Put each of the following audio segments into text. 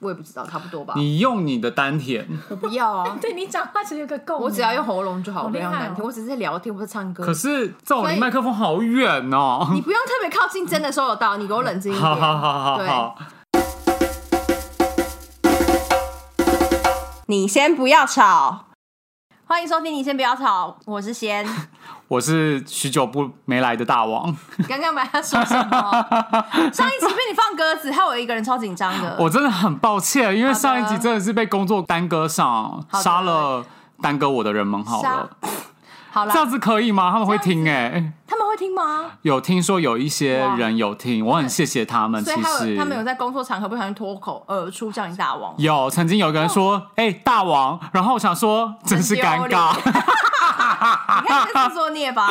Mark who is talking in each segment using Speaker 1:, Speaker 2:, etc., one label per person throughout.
Speaker 1: 我也不知道，差不多吧。
Speaker 2: 你用你的丹田，
Speaker 1: 我不要啊，
Speaker 3: 对你讲话只有一个共 鸣，
Speaker 1: 我只要用喉咙就好，
Speaker 3: 好
Speaker 1: 我不
Speaker 3: 厉害
Speaker 1: 要
Speaker 3: 哦
Speaker 1: 用丹田。我只是在聊天，不是唱歌
Speaker 2: 可。是在我
Speaker 1: 所
Speaker 2: 离
Speaker 1: 以
Speaker 2: 麦克风好远哦
Speaker 1: 你。不用特别靠近，真的收得到。你给我冷静一
Speaker 2: 好
Speaker 1: 点。
Speaker 2: 好好好
Speaker 1: 对
Speaker 2: 好，
Speaker 1: 你先不要吵。欢迎收听，你先不要吵，我是 先。
Speaker 2: 我是许久不没来的大王，
Speaker 1: 刚刚把他说什 么？上一集被你放鸽子，害我一个人超紧张的。
Speaker 2: 我真的很抱歉，因为
Speaker 1: 好的
Speaker 2: 上一集真的是被工作耽搁上，
Speaker 1: 的
Speaker 2: 杀了耽搁我的人们好了，
Speaker 1: 好
Speaker 2: 这样
Speaker 1: 啦，
Speaker 2: 子可以吗？他们会
Speaker 1: 这样
Speaker 2: 听哎、
Speaker 1: 他们会听吗？
Speaker 2: 有听说有一些
Speaker 1: 哇
Speaker 2: 人有听，我很谢谢他们。
Speaker 1: 所以
Speaker 2: 其
Speaker 1: 他
Speaker 2: 实
Speaker 1: 有他们有在工作场合不小心脱口而出叫你大王。
Speaker 2: 有曾经有个人
Speaker 1: 哦
Speaker 2: 说：“哎、大王。”然后我想说，真是尴尬。
Speaker 1: 你看你这自作孽吧？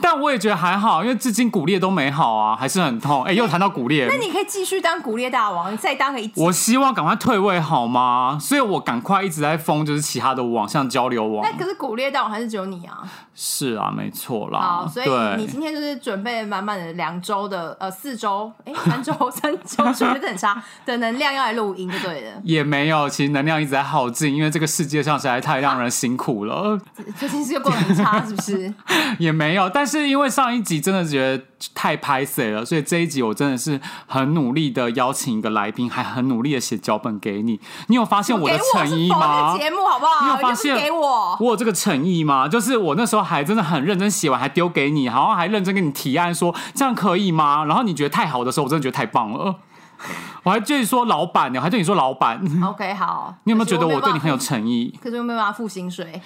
Speaker 2: 但我也觉得还好，因为至今骨裂都没好啊，还是很痛。哎、又谈到骨裂
Speaker 1: 那，你可以继续当骨裂大王，你再当个一集。
Speaker 2: 我希望赶快退位好吗？所以我赶快一直在封，就是其他的网，像交流网
Speaker 1: 那。可是骨裂大王还是只有你啊！
Speaker 2: 是啊，没错
Speaker 1: 好，
Speaker 2: 啦。
Speaker 1: 哦所以你
Speaker 2: 对，
Speaker 1: 今天就是准备满满的两周的呃四周哎三周 三周准备得很差的能量要来录音就对了。
Speaker 2: 也没有，其实能量一直在耗尽，因为这个世界上实在太让人辛苦了。
Speaker 1: 最近是又过得很差是不是？
Speaker 2: 也没有，但是因为上一集真的觉得太拍碎了，所以这一集我真的是很努力的邀请一个来宾，还很努力的写脚本给你。你有发现我
Speaker 1: 给
Speaker 2: 的
Speaker 1: 我
Speaker 2: 诚
Speaker 1: 是
Speaker 2: 意
Speaker 1: 否
Speaker 2: 吗
Speaker 1: 定？节目好不好？
Speaker 2: 你有
Speaker 1: 又
Speaker 2: 发
Speaker 1: 不是
Speaker 2: 现
Speaker 1: 给我？
Speaker 2: 我有这个诚意吗？就是我那时候还真的很认真写完，还丢给你，好像还认真跟你提案说这样可以吗？然后你觉得太好的时候，我真的觉得太棒了。我还对你说老板呢，我还对你说老板，
Speaker 1: OK，好。
Speaker 2: 你有没有觉得我对你很有
Speaker 1: 可是我没办法？
Speaker 2: 诚 意？
Speaker 1: 可是我没有办法付薪水，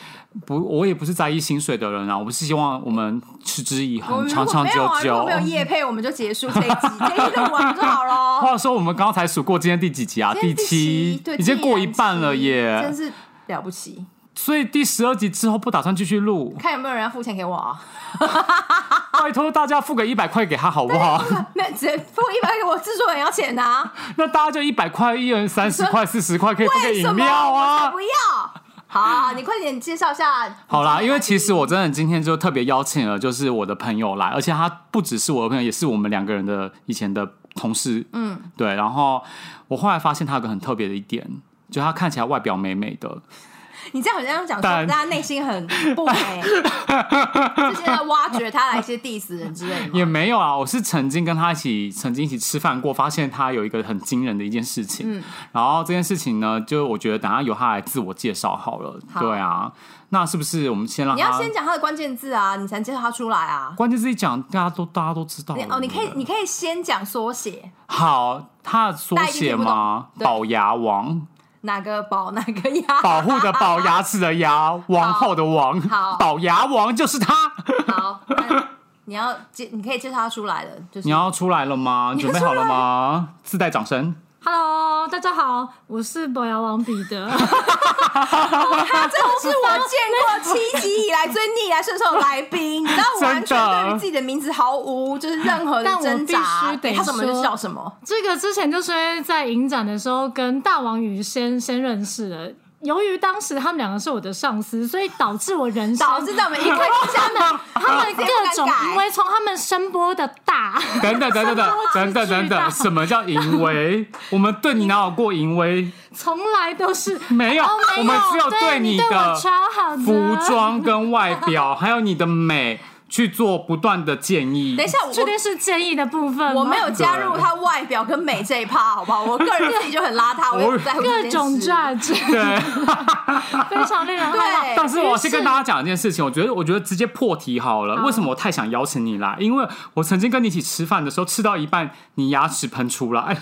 Speaker 2: 不，我也不是在意薪水的人啊，我是希望我们持之以
Speaker 1: 我
Speaker 2: 恒，
Speaker 1: 们
Speaker 2: 长长久
Speaker 1: 如果没有啊如果。
Speaker 2: 久
Speaker 1: 没有业配，我们就结束这一集，这一集录完就好了。
Speaker 2: 话说我们刚才数过今 天第几集啊？
Speaker 1: 今天第
Speaker 2: 七，
Speaker 1: 对，
Speaker 2: 已经过一半了
Speaker 1: 真
Speaker 2: 耶。
Speaker 1: 是了不起！
Speaker 2: 所以第十二集之后不打算继续录，
Speaker 1: 看有没有人要付钱给我啊？
Speaker 2: 拜托大家付个一百块给他好不好？
Speaker 1: 没有，只付一百给我制作人要钱啊呐、
Speaker 2: 那大家就一百块，一人三十块、四十块，可以付个
Speaker 1: 为什
Speaker 2: 饮
Speaker 1: 么
Speaker 2: 料
Speaker 1: 我才
Speaker 2: 啊。
Speaker 1: 不要！好，你快点介绍一下。
Speaker 2: 好啦，因为其实我真的今天就特别邀请了，就是我的朋友来，而且他不只是我的朋友，也是我们两个人的以前的同事。嗯，对。然后我后来发现他有个很特别的一点，就他看起来外表美美的，
Speaker 1: 你这样好像讲说
Speaker 2: 但
Speaker 1: 大家内心很不美，就是在挖掘他来一些 diss 人之 类的
Speaker 2: 也
Speaker 1: 吗。
Speaker 2: 没有啊，我是曾经跟他一起，曾经一起吃饭过，发现他有一个很惊人的一件事情。
Speaker 1: 嗯
Speaker 2: 然后这件事情呢，就我觉得等下由他来自我介绍好了。
Speaker 1: 好
Speaker 2: 对啊，那是不是我们先让
Speaker 1: 你
Speaker 2: 他？
Speaker 1: 要先讲他的关键字啊，你才能介绍他出来啊。
Speaker 2: 关键是一讲，大家都大家都知道
Speaker 1: 你
Speaker 2: 了。
Speaker 1: 哦，你可以，你可以先讲缩写，
Speaker 2: 好，他的缩
Speaker 1: 大
Speaker 2: 写吗
Speaker 1: 家一定听不懂？对
Speaker 2: 保牙王，
Speaker 1: 哪个宝哪个牙。
Speaker 2: 保护的保，牙齿的牙，王后的王，
Speaker 1: 好
Speaker 2: 保牙王就是他。
Speaker 1: 好，那你要介，你可以介绍他出来了，就是
Speaker 2: 你要出来 了吗？
Speaker 1: 你要
Speaker 2: 准备好了吗？自带掌声。
Speaker 3: Hello，大家好，我是博瑶王彼 得。
Speaker 1: 这是我见过七集以来最逆来顺受的来宾，你知道我完全
Speaker 2: 真的
Speaker 1: 对于自己的名字毫无就是任何的
Speaker 3: 但我
Speaker 1: 挣扎，哎
Speaker 3: 必须得
Speaker 1: 他什么就
Speaker 3: 说
Speaker 1: 叫什么。
Speaker 3: 这个之前就是因为在影展的时候跟大王宇先先认识的。由于当时他们两个是我的上司，所以导致我人生
Speaker 1: 导致在我们一看就
Speaker 3: 他
Speaker 1: 下
Speaker 3: 们他们
Speaker 1: 直接不
Speaker 3: 各
Speaker 1: 敢
Speaker 3: 种
Speaker 1: 改
Speaker 3: 因 为从他们声波的大，
Speaker 2: 等等等等等等等等等，什么叫淫威？我们对你哪有过淫威？
Speaker 3: 从来都是
Speaker 2: 没有
Speaker 3: 哦没
Speaker 2: 我们只有对
Speaker 3: 对
Speaker 2: 你的
Speaker 3: 对我超好的
Speaker 2: 服，装跟外表，还有你的美，去做不断的建议
Speaker 1: 等。一下，
Speaker 3: 确
Speaker 1: 我
Speaker 3: 定是建议的部分吗
Speaker 1: 我没有加入他外表跟美这一趴，好不好？我个人自己就很邋遢，我也不在乎这件
Speaker 3: 各
Speaker 1: 事
Speaker 3: 种 judge，
Speaker 2: 对，
Speaker 3: 非常令人害怕。
Speaker 1: 对
Speaker 2: 但是我要先
Speaker 3: 哎于是嗯
Speaker 2: 跟大家讲一件事情，我觉得我觉得直接破题好了。为什么我太想邀请你来？因为我曾经跟你一起吃饭的时候，吃到一半你牙齿喷出 来，哎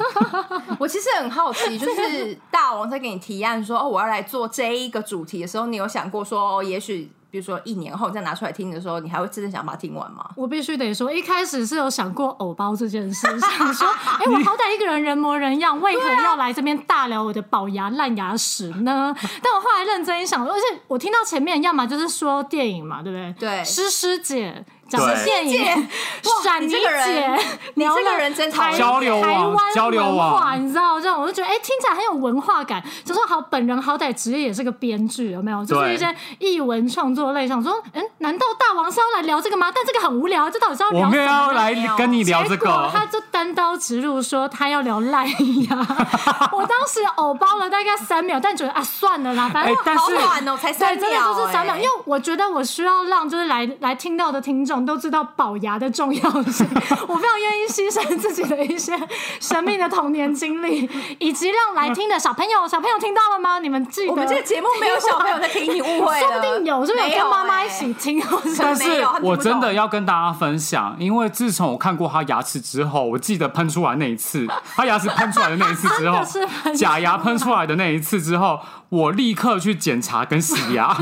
Speaker 1: 我其实很好奇，就是大王在给你提案说哦，我要来做这一个主题的时候，你有想过说，哦、也许比如说一年后你再拿出来听的时候，你还会真的想把它听完吗？
Speaker 3: 我必须得说，一开始是有想过偶包这件事， 想说，哎、我好歹一个人人模人样，为何要来这边大聊我的龅牙烂牙屎呢？ 但我后来认真一想，而且我听到前面，要么就是说电影嘛，对不对？
Speaker 1: 对
Speaker 3: 诗诗姐讲的
Speaker 2: 对
Speaker 3: 电
Speaker 1: 姐
Speaker 3: 影，
Speaker 1: 哇
Speaker 3: 闪
Speaker 1: 你
Speaker 3: 妮
Speaker 1: 这个人
Speaker 3: 姐，
Speaker 1: 你
Speaker 3: 聊
Speaker 1: 这个
Speaker 3: 了
Speaker 1: 人真讨
Speaker 3: 台
Speaker 1: 厌
Speaker 2: 交流
Speaker 3: 台
Speaker 2: 网
Speaker 3: 湾
Speaker 2: 交流啊
Speaker 3: 文
Speaker 2: 网
Speaker 3: 化，你知道这样，我就觉得哎、听起来很有文化感。就说好，本人好歹职业也是个编剧，有没有？就是
Speaker 2: 对
Speaker 3: 一些译文创作类，想说，嗯，难道大王是要来聊这个吗？但这个很无聊，这到底是要
Speaker 2: 我
Speaker 3: 聊
Speaker 2: 没
Speaker 3: 什
Speaker 2: 有
Speaker 3: 么
Speaker 2: 要
Speaker 3: 呢？
Speaker 2: 来跟你聊这
Speaker 3: 结果
Speaker 2: 个，
Speaker 3: 他就单刀直入说他要聊赖呀， 我当时偶包了大概三秒，但觉得啊算了啦，反正
Speaker 2: 哎
Speaker 3: 我
Speaker 2: 但
Speaker 1: 好
Speaker 2: 是
Speaker 1: 短哦， 才三
Speaker 3: 对，
Speaker 1: 秒、
Speaker 3: 真的就是三秒，因
Speaker 1: 哎
Speaker 3: 为我觉得我需要让就是来来听到的听众都知道宝牙的重要 性，我非常愿意牺牲自己的一些生命的童年经历，以及让来听的小朋友，小朋友听到了吗？你们记得？
Speaker 1: 我们这个节目没有小朋友在听，你误会了。
Speaker 3: 说不定有，是不是
Speaker 1: 没有
Speaker 3: 跟妈妈一
Speaker 1: 哎
Speaker 3: 起听？
Speaker 2: 但
Speaker 1: 没
Speaker 2: 是
Speaker 1: 有他们听不
Speaker 2: 我真的
Speaker 1: 懂
Speaker 2: 要跟大家分享，因为自从我看过他牙齿之后，我记得喷出来那一 次，他牙齿喷出来的那一次之后
Speaker 3: 真的是喷出来，
Speaker 2: 假牙喷出来的那一次之后，我立刻去检查跟洗 牙，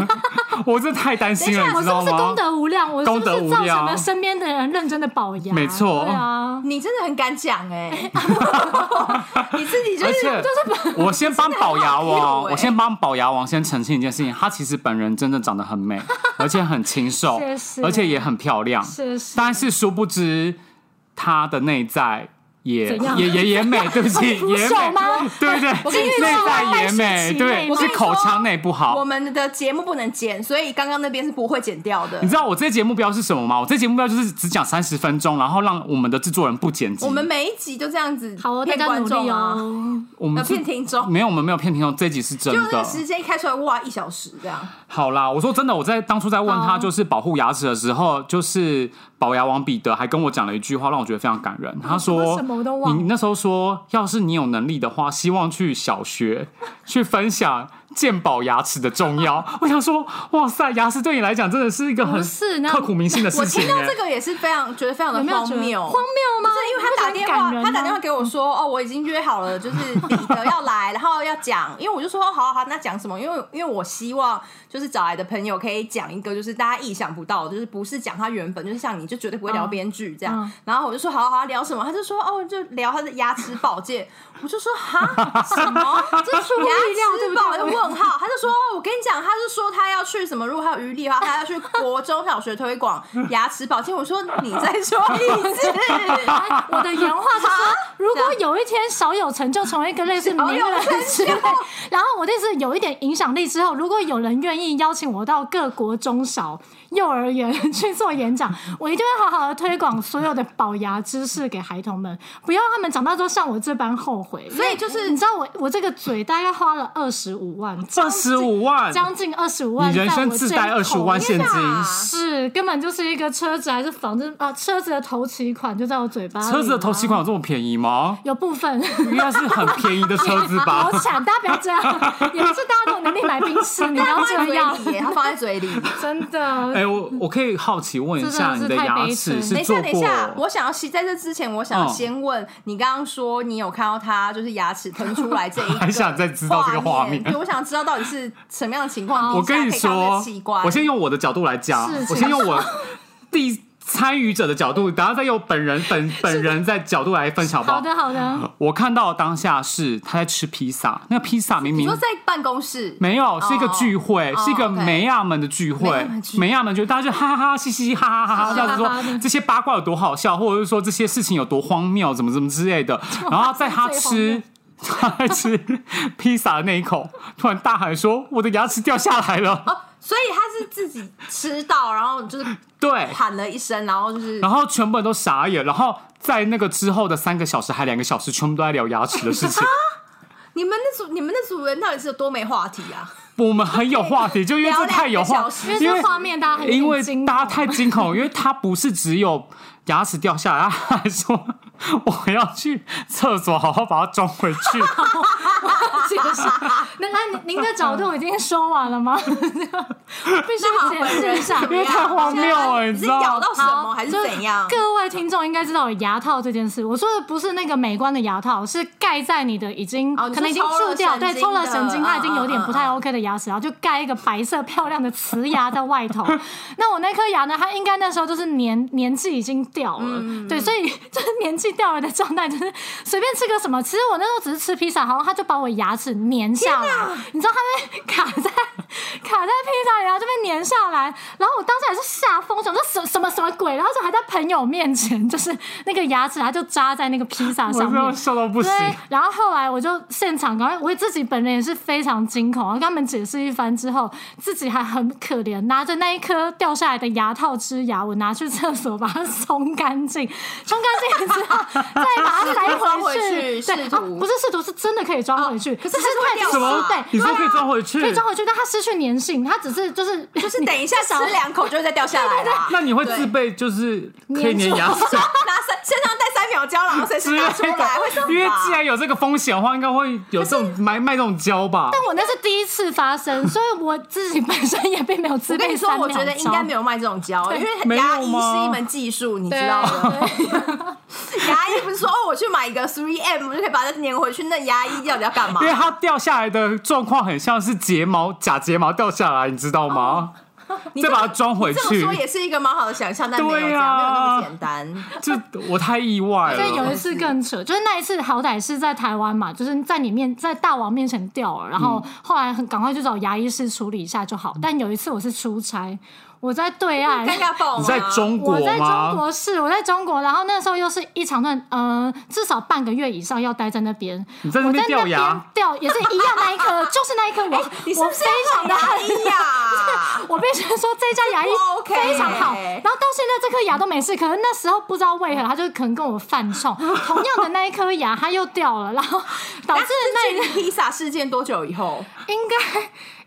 Speaker 2: 我真的太担心了，
Speaker 3: 我
Speaker 2: 你知
Speaker 3: 是不
Speaker 2: 道
Speaker 3: 是功
Speaker 2: 吗？
Speaker 3: 德无量？我是不
Speaker 2: 功德
Speaker 3: 是
Speaker 2: 无
Speaker 3: 造成
Speaker 2: 量
Speaker 3: 了身边的人认真的保牙？
Speaker 2: 没错
Speaker 3: 对啊，
Speaker 1: 你真的很敢讲哎、 你自己就
Speaker 2: 而
Speaker 1: 是
Speaker 2: 且， 我先帮宝
Speaker 1: 真的很
Speaker 2: 牙
Speaker 1: 好
Speaker 2: 王，
Speaker 3: 哎
Speaker 1: 用欸
Speaker 2: 我先帮宝牙王先澄清一件事情，他其实本人真的长得很 美，而且很清瘦
Speaker 3: 谢，谢
Speaker 2: 而且也很漂亮。
Speaker 3: 是是。
Speaker 2: 但是殊不知，他的内在也
Speaker 3: 怎样
Speaker 2: 也也也 美，对不起，
Speaker 3: 很
Speaker 2: 也
Speaker 3: 腐朽
Speaker 2: 美
Speaker 3: 吗，
Speaker 2: 对对
Speaker 3: 跟你
Speaker 2: 对，
Speaker 3: 说
Speaker 2: 内在也
Speaker 3: 万事
Speaker 2: 美，
Speaker 3: 起内
Speaker 2: 对，
Speaker 3: 嘛
Speaker 2: 是口腔内不
Speaker 1: 我
Speaker 2: 好。
Speaker 1: 们的节目不能剪，所以刚刚那边是不会剪掉的
Speaker 2: 你。知道我这节目标是什么吗？我这节目标就是只讲三十分钟，然后让我们的制作人不剪辑。
Speaker 1: 我们每一集就这样子
Speaker 3: 好哦，大
Speaker 1: 骗
Speaker 3: 家
Speaker 1: 观
Speaker 3: 努
Speaker 1: 众
Speaker 3: 力
Speaker 1: 啊，
Speaker 3: 哦。
Speaker 2: 我
Speaker 1: 呃
Speaker 2: 们是
Speaker 1: 骗听众。
Speaker 2: 没有，我们没有骗听众，这集是真
Speaker 1: 就那
Speaker 2: 的
Speaker 1: 个。时间一开出来，哇，一小时这样。
Speaker 2: 好啦，我说真的，我在当初在问
Speaker 3: 好
Speaker 2: 他就是保护牙齿的时候，就是保牙王彼得还跟我讲了一句话，让我觉得非常感人。他
Speaker 3: 我
Speaker 2: 说：“
Speaker 3: 什么我都忘了
Speaker 2: 你那时候说，要是你有能力的话，希望去小学去分享鉴宝牙齿的重 要。”我想说，哇塞，牙齿对你来讲真的是一个很
Speaker 3: 不是那
Speaker 2: 刻骨铭心的
Speaker 1: 我
Speaker 2: 事情、
Speaker 1: 听到这
Speaker 2: 欸。
Speaker 1: 个也是非常觉得非常的
Speaker 3: 有没有
Speaker 1: 荒
Speaker 3: 觉得
Speaker 1: 谬，
Speaker 3: 荒谬吗？
Speaker 1: 因为
Speaker 3: 你不
Speaker 1: 他打
Speaker 3: 觉得
Speaker 1: 电
Speaker 3: 很
Speaker 1: 话
Speaker 3: 感，人啊
Speaker 1: 他打电
Speaker 3: 吗嗯
Speaker 1: 话给我说，哦，我已经约好了，就是彼得要来，然后要讲，因为我就说，哦好啊好啊，那讲什么？因为因为我希望就是找来的朋友可以讲一个，就是大家意想不到的，就是不是讲他原本，就是像你就绝对不会聊编剧这样。
Speaker 3: 嗯
Speaker 1: 然后我就说，好啊好啊，聊什么？他就说，哦，就聊他的牙齿保健。我就说，哈，什么？这
Speaker 3: 出乎意料对不对
Speaker 1: 牙齿保问号，他就说，哦我跟你讲，他就说他要去什么，如果还有余力的话，他要去国中小学推广牙齿保健。我说你再说一次。
Speaker 3: 我的原话 是
Speaker 1: 啊
Speaker 3: 说，如果有一天小有成就，成为一个类似名人 之类，然后我的意思是有一点影响力之后，如果有人愿意邀请我到各国中小、幼儿园去做演讲， 我一定会好好的推广所有的保牙知识给孩童们，不要让他们长大之后像我这般后悔。
Speaker 1: 所以就是
Speaker 3: 你知道我我这个嘴大概花了二十五万，
Speaker 2: 二十五万，
Speaker 3: 将近二十五万，
Speaker 2: 你人生自带二十五万现金，
Speaker 3: 是，根本就是一个车子还是房子啊？车子的头期款就在我嘴巴里。
Speaker 2: 车子的头期款有这么便宜吗？
Speaker 3: 有 部分
Speaker 2: 应该是很便宜的车子吧
Speaker 3: 好。惨，大家不要这样，也不是大家都有能力买冰室，你不要
Speaker 1: 放在
Speaker 3: 这样
Speaker 1: 嘴，里耶，他放在嘴 里。
Speaker 3: 真
Speaker 2: 哎、
Speaker 3: 的。
Speaker 2: 我我可以好奇问一下，
Speaker 3: 这
Speaker 2: 你
Speaker 3: 真的是
Speaker 2: 的
Speaker 3: 太
Speaker 2: 牙
Speaker 3: 悲催
Speaker 2: 齿
Speaker 1: 等
Speaker 2: 是
Speaker 1: 一下，
Speaker 2: 做
Speaker 1: 等
Speaker 2: 过？
Speaker 1: 一下，我想要先在这之前，我想要
Speaker 2: 嗯
Speaker 1: 先问、你，刚刚说你有看到他就是牙齿喷出来 这一个，
Speaker 2: 还想再知道这个画面哦
Speaker 1: 对，我想知道到底是什么样的情况。
Speaker 2: 我跟你说
Speaker 1: 奇怪，，
Speaker 2: 我先用我的角度来讲
Speaker 3: 是，
Speaker 2: 我
Speaker 3: 请
Speaker 2: 先用我第参与者的角度，然后再用本人本本人在角度来分享好不
Speaker 3: 好
Speaker 2: 好？
Speaker 3: 的，好的，
Speaker 2: 我看到当下是他在吃披萨，那个披萨明
Speaker 1: 你
Speaker 2: 明
Speaker 1: 说在办公室，
Speaker 2: 没有，是一个聚会，
Speaker 1: 哦
Speaker 2: 是一个
Speaker 1: OK
Speaker 2: 梅亚们的聚
Speaker 1: 梅
Speaker 2: 会
Speaker 1: 亚们聚，会
Speaker 2: 梅亚们就大家就哈哈哈、嘻嘻哈哈哈哈，这样子
Speaker 3: 哈哈哈
Speaker 2: 说这些八卦有多好笑，或者是说这些事情有多荒谬，怎么怎么之类的。然后在他
Speaker 3: 最荒谬
Speaker 2: 吃。他在吃披萨的那一口，突然大喊说：“我的牙齿掉下来了
Speaker 1: 哦，所以他是自己吃到，然后就是！”
Speaker 2: 对，
Speaker 1: 喊了一声，然后就是
Speaker 2: 然后全部人都傻眼，然后在那个之后的三个小时还两个小时，全部都在聊牙齿的事情。
Speaker 1: 你们那组你们那组人到底是有多没话题啊？
Speaker 2: 我们很有话题，就因为这太有
Speaker 1: 聊两
Speaker 2: 话
Speaker 1: 个小，时
Speaker 3: 因为
Speaker 2: 因
Speaker 3: 这
Speaker 2: 为
Speaker 3: 画面大家很
Speaker 2: 因为
Speaker 3: 震惊
Speaker 2: 大家
Speaker 3: 哦
Speaker 2: 太 惊恐，因为他不是只有牙齿掉下来，他还说我要去厕所好好把它装回去。
Speaker 3: 解释。 那那您您的角度已经说完了吗？ 必须解释一下，
Speaker 2: 因为太荒谬了你
Speaker 1: 是
Speaker 2: 知道
Speaker 1: 咬到什么
Speaker 3: 好
Speaker 1: 还是
Speaker 3: 就
Speaker 1: 怎样？
Speaker 3: 各位听众应该知道有牙套这件事。我说的不是那个美观的牙套，是盖在你的已经、
Speaker 1: 哦你说
Speaker 3: 可能已经蛀掉，
Speaker 1: 抽了神经的
Speaker 3: 对，抽了神经，它已经有点不太
Speaker 1: 嗯嗯
Speaker 3: OK 的牙齿，然后就盖一个白色漂亮的瓷牙在 外头。那我那颗牙呢，它应该那时候就是年年纪已经掉了，
Speaker 2: 嗯
Speaker 3: 对，所以就是年纪掉了的状态，就是随便吃个什么。其实我那时候只是吃披萨，然后它就把我牙齿粘下来，你知道它会卡在卡在披萨里，然后就被粘下来。然后我当时也是吓疯，想说什什么什么鬼，然后就还在朋友面前，就是那个牙齿它就扎在那个披萨
Speaker 2: 我
Speaker 3: 上
Speaker 2: 真的
Speaker 3: 面。
Speaker 2: 笑到不行。
Speaker 3: 对，然后后来我就现场，然后我自己本人也是非常惊恐，然后跟他们解释一番之后，自己还很可怜，拿着那一颗掉下来的牙套之牙，我拿去厕所把它冲 干净，冲干净之后再把它塞
Speaker 1: 装回
Speaker 3: 去，
Speaker 1: 去
Speaker 3: 对，
Speaker 1: 试
Speaker 3: 啊
Speaker 1: 图
Speaker 3: 不是试图是真的可以装回去，可
Speaker 1: 哦是还是会
Speaker 3: 太
Speaker 1: 掉
Speaker 2: 什么
Speaker 3: 对，？
Speaker 2: 你说可以装回去？
Speaker 3: 可以装回去，但它失去粘性，它只是就是
Speaker 1: 哦
Speaker 3: 就
Speaker 1: 就是等一下
Speaker 3: 至少
Speaker 1: 吃两口就会再掉下来啦。
Speaker 2: 那你会自
Speaker 1: 对
Speaker 2: 备就是可以
Speaker 3: 粘
Speaker 2: 粘
Speaker 3: 住
Speaker 2: 牙齿
Speaker 1: 拿身身上带三秒胶，然后随时
Speaker 2: 之类
Speaker 1: 拿出 来，会
Speaker 2: 的
Speaker 1: 上？
Speaker 2: 因为
Speaker 1: 吧
Speaker 2: 既然有这个风险的话，应该会有这种买卖这种胶吧？
Speaker 3: 但我那是第一次发生，所以我自己本身也并没有自
Speaker 1: 我跟
Speaker 3: 备
Speaker 1: 你说，
Speaker 3: 三
Speaker 1: 我
Speaker 3: 秒
Speaker 1: 觉得应
Speaker 3: 胶
Speaker 1: 该没有卖这种 胶，因为
Speaker 2: 没有
Speaker 1: 牙医
Speaker 2: 吗
Speaker 1: 是一门技术，你知
Speaker 3: 对
Speaker 1: 道
Speaker 3: 啊
Speaker 1: 的。 牙医不是说哦，我去买一个 three M 就可以把它粘回去，那牙医到底要干嘛
Speaker 2: 因？为它掉下来的状况很像是睫毛假睫毛掉下来，你知道吗？
Speaker 1: 你
Speaker 2: 再
Speaker 1: 这
Speaker 2: 把它装回
Speaker 1: 这么
Speaker 2: 去
Speaker 1: 说，也是一个蛮好的想象，但没有这
Speaker 2: 对
Speaker 1: 样，
Speaker 2: 啊
Speaker 1: 没有那么简单。
Speaker 2: 这我太意外
Speaker 3: 所以有
Speaker 2: 了
Speaker 3: 一。次更扯，就是那一次好歹是在台湾嘛，就是在你面在大王面前掉了，然后
Speaker 2: 嗯
Speaker 3: 后来很赶快去找牙医师处理一下就好。但有一次我是出差，我在对岸，
Speaker 1: 尴尬爆了。
Speaker 2: 你在中国
Speaker 3: 哦我在中
Speaker 2: 吗？
Speaker 3: 国是，我在中国，然后那时候又是一长段，嗯、至少半个月以上要待在那边。
Speaker 2: 你在那
Speaker 3: 我在
Speaker 2: 边
Speaker 3: 那
Speaker 2: 掉
Speaker 3: 边
Speaker 2: 牙哎
Speaker 3: 掉也是一样那一颗，就是那 一颗我，
Speaker 1: 你是
Speaker 3: 我
Speaker 1: 不是
Speaker 3: 非常的
Speaker 1: 要买牙医 呀？
Speaker 3: 我必须说这家牙 医
Speaker 1: 不 OK
Speaker 3: 非常好，然后到现在这颗牙都没事，可能那时候不知道为何他就可能跟我犯 冲，同样的那一颗牙它又掉了，然后导
Speaker 1: 哎
Speaker 3: 致那
Speaker 1: 那披萨事件多久以后？
Speaker 3: 应该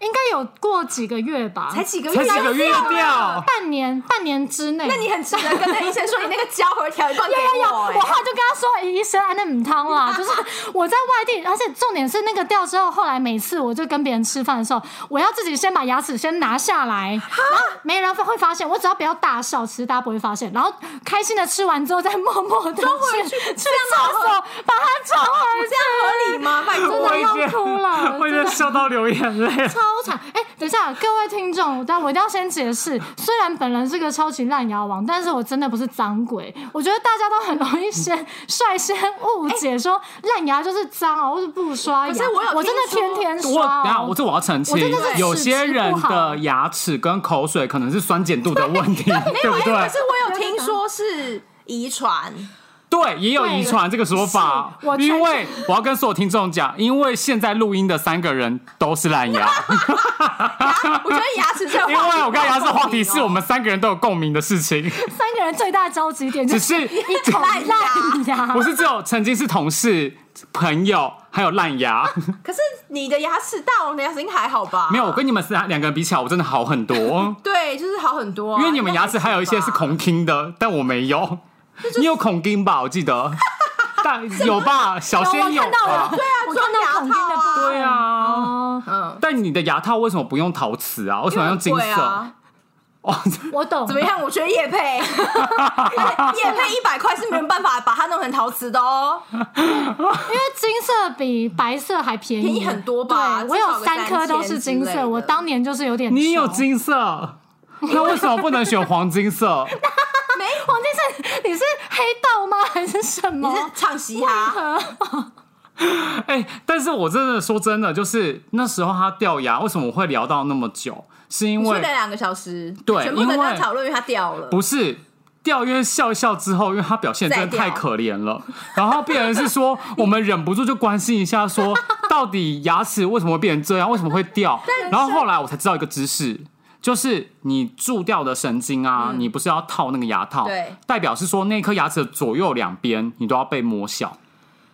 Speaker 3: 应该有过几个月吧，
Speaker 1: 才几个月，
Speaker 2: 才几个月掉，
Speaker 3: 半年半年之 内。
Speaker 1: 那你很值得跟那医生说，你那个胶盒条一段给
Speaker 3: 有有有，
Speaker 1: 我。
Speaker 3: 我
Speaker 1: 哎
Speaker 3: 后来就跟他说：“哎医生，安那母 汤啦，就是我在外地，而且重点是那个掉之后，后来每次我就跟别人吃饭的时候，我要自己先把牙齿先拿下来，然后没人会发现，我只要不要大笑，其实大家不会发现。然后开心的吃完之后，再默默的去去厕所把它装回去，
Speaker 1: 合理 吗？拜托，
Speaker 3: 真
Speaker 2: 我
Speaker 3: 的
Speaker 2: 已
Speaker 3: 要
Speaker 2: 经
Speaker 3: 哭了
Speaker 2: 我已经笑到流眼泪。
Speaker 3: 超惨！哎、等一下，各位听众，但我一定要先解释，虽然本人是个超级烂牙王，但是我真的不是脏鬼。我觉得大家都很容易先率先误解说烂牙就是脏哦，或是不刷
Speaker 1: 哎
Speaker 3: 牙。
Speaker 1: 可是我有听
Speaker 3: 真的天天
Speaker 2: 我
Speaker 3: 刷、
Speaker 2: 等下，
Speaker 3: 哦。
Speaker 2: 我这我要澄清
Speaker 3: 我真的是，
Speaker 2: 有
Speaker 3: 齿
Speaker 2: 些
Speaker 3: 质不
Speaker 2: 人
Speaker 3: 好
Speaker 2: 的牙齿跟口水可能是酸碱度的问 题，对不
Speaker 1: 哎
Speaker 2: 对
Speaker 1: 可是？我有听说是遗 传，
Speaker 2: 对，也有
Speaker 3: 对
Speaker 2: 遗传这个说法
Speaker 3: 是我。承
Speaker 2: 因为我要跟所有听众讲，因为现在录音的三个人都是烂 牙，
Speaker 1: 啊我觉得牙齿这个话
Speaker 2: 因
Speaker 1: 题
Speaker 2: 为我刚才牙齿话题
Speaker 1: 好
Speaker 2: 是
Speaker 1: 有共鸣哦
Speaker 2: 我们三个人都有共鸣的事情，
Speaker 3: 三个人最大的交集点就
Speaker 2: 只
Speaker 3: 是
Speaker 2: 是
Speaker 3: 一口烂 牙
Speaker 2: 不。是只有曾经是同事、朋友，还有烂牙。
Speaker 1: 可是你的牙齿，大王的牙齿应该还好吧？，
Speaker 2: 没有，我跟你们三两个人比起来，我真的好很多
Speaker 1: 对，就是好很多啊、
Speaker 2: 因为你们牙齿还有一些是
Speaker 1: 孔，
Speaker 2: 孔钉的，但我没有。你有孔钉吧？我记得，但有吧？小
Speaker 3: 我
Speaker 2: 仙有
Speaker 3: 看到了，
Speaker 2: 吧
Speaker 3: 对？啊我看到
Speaker 1: 装
Speaker 3: 孔
Speaker 1: 牙套啊
Speaker 3: 钉的部分
Speaker 2: 对啊。
Speaker 3: 哦，
Speaker 1: 嗯，
Speaker 2: 但你的牙套为什么不用陶瓷啊？为什
Speaker 1: 因
Speaker 2: 么
Speaker 1: 为
Speaker 2: 要用
Speaker 1: 很
Speaker 2: 金
Speaker 1: 贵
Speaker 2: 色？
Speaker 1: 啊。
Speaker 2: 哦，
Speaker 3: 我懂
Speaker 1: 怎。么样？我觉得叶 配，叶配一百块是没有办法把它弄成陶瓷的 哦。
Speaker 3: 因为金色比白色还便宜，
Speaker 1: 便宜很多吧
Speaker 3: 对，
Speaker 1: 至
Speaker 3: 我
Speaker 1: 少有
Speaker 3: 有三颗都是金
Speaker 1: 3000之类
Speaker 3: 色，
Speaker 1: 的
Speaker 3: 我当年就是有点。
Speaker 2: 你有？金色，那为什么不能选黄金色？
Speaker 1: 没，啊
Speaker 3: 黄金色，哦你是黑道吗？还是什
Speaker 1: 你
Speaker 3: 么？啊
Speaker 1: 是啊唱嘻哈，
Speaker 2: 哎、但是我真的说真的，就是那时候他掉牙，为什么我会聊到那么久？是因
Speaker 1: 你说
Speaker 2: 为
Speaker 1: 等两个小时，
Speaker 2: 对
Speaker 1: 全部跟
Speaker 2: 因
Speaker 1: 他
Speaker 2: 为
Speaker 1: 讨论，因为它掉了。
Speaker 2: 不是掉，因为笑一笑之后，因为他表现真的太可怜了，然后变成是说我们忍不住就关心一下说到底牙齿为什么会变成这样，为什么会掉？然后后来我才知道一个知识。就是你蛀掉的神经啊，你不是要套那个牙套，
Speaker 1: 对
Speaker 2: 代表是说那颗牙齿的左右两边你都要被磨小，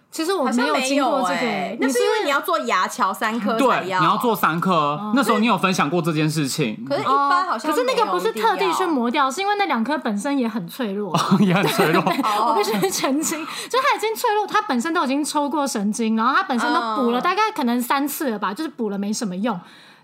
Speaker 3: 其实我
Speaker 1: 好像
Speaker 3: 哦有
Speaker 1: 没
Speaker 3: 经过这
Speaker 1: 哎、
Speaker 3: 个，
Speaker 1: 那是因为你
Speaker 3: 要。
Speaker 1: 要做牙桥三颗
Speaker 2: 对
Speaker 1: 才，
Speaker 2: 你要做三颗。那时候你有分享过这件事情，
Speaker 1: 可是，一般好
Speaker 3: 哦，
Speaker 1: 像
Speaker 3: 可是那个
Speaker 1: 没有
Speaker 3: 不是
Speaker 1: 一定要
Speaker 3: 特地去磨掉，是因为那两颗本身也很脆弱。
Speaker 2: 也很脆弱。
Speaker 1: 哦
Speaker 3: 我必须澄清，就它已经脆弱，它本身都已经抽过神经，然后它本身都补了
Speaker 1: 嗯
Speaker 3: 大概可能三次了吧，就是补了没什么用，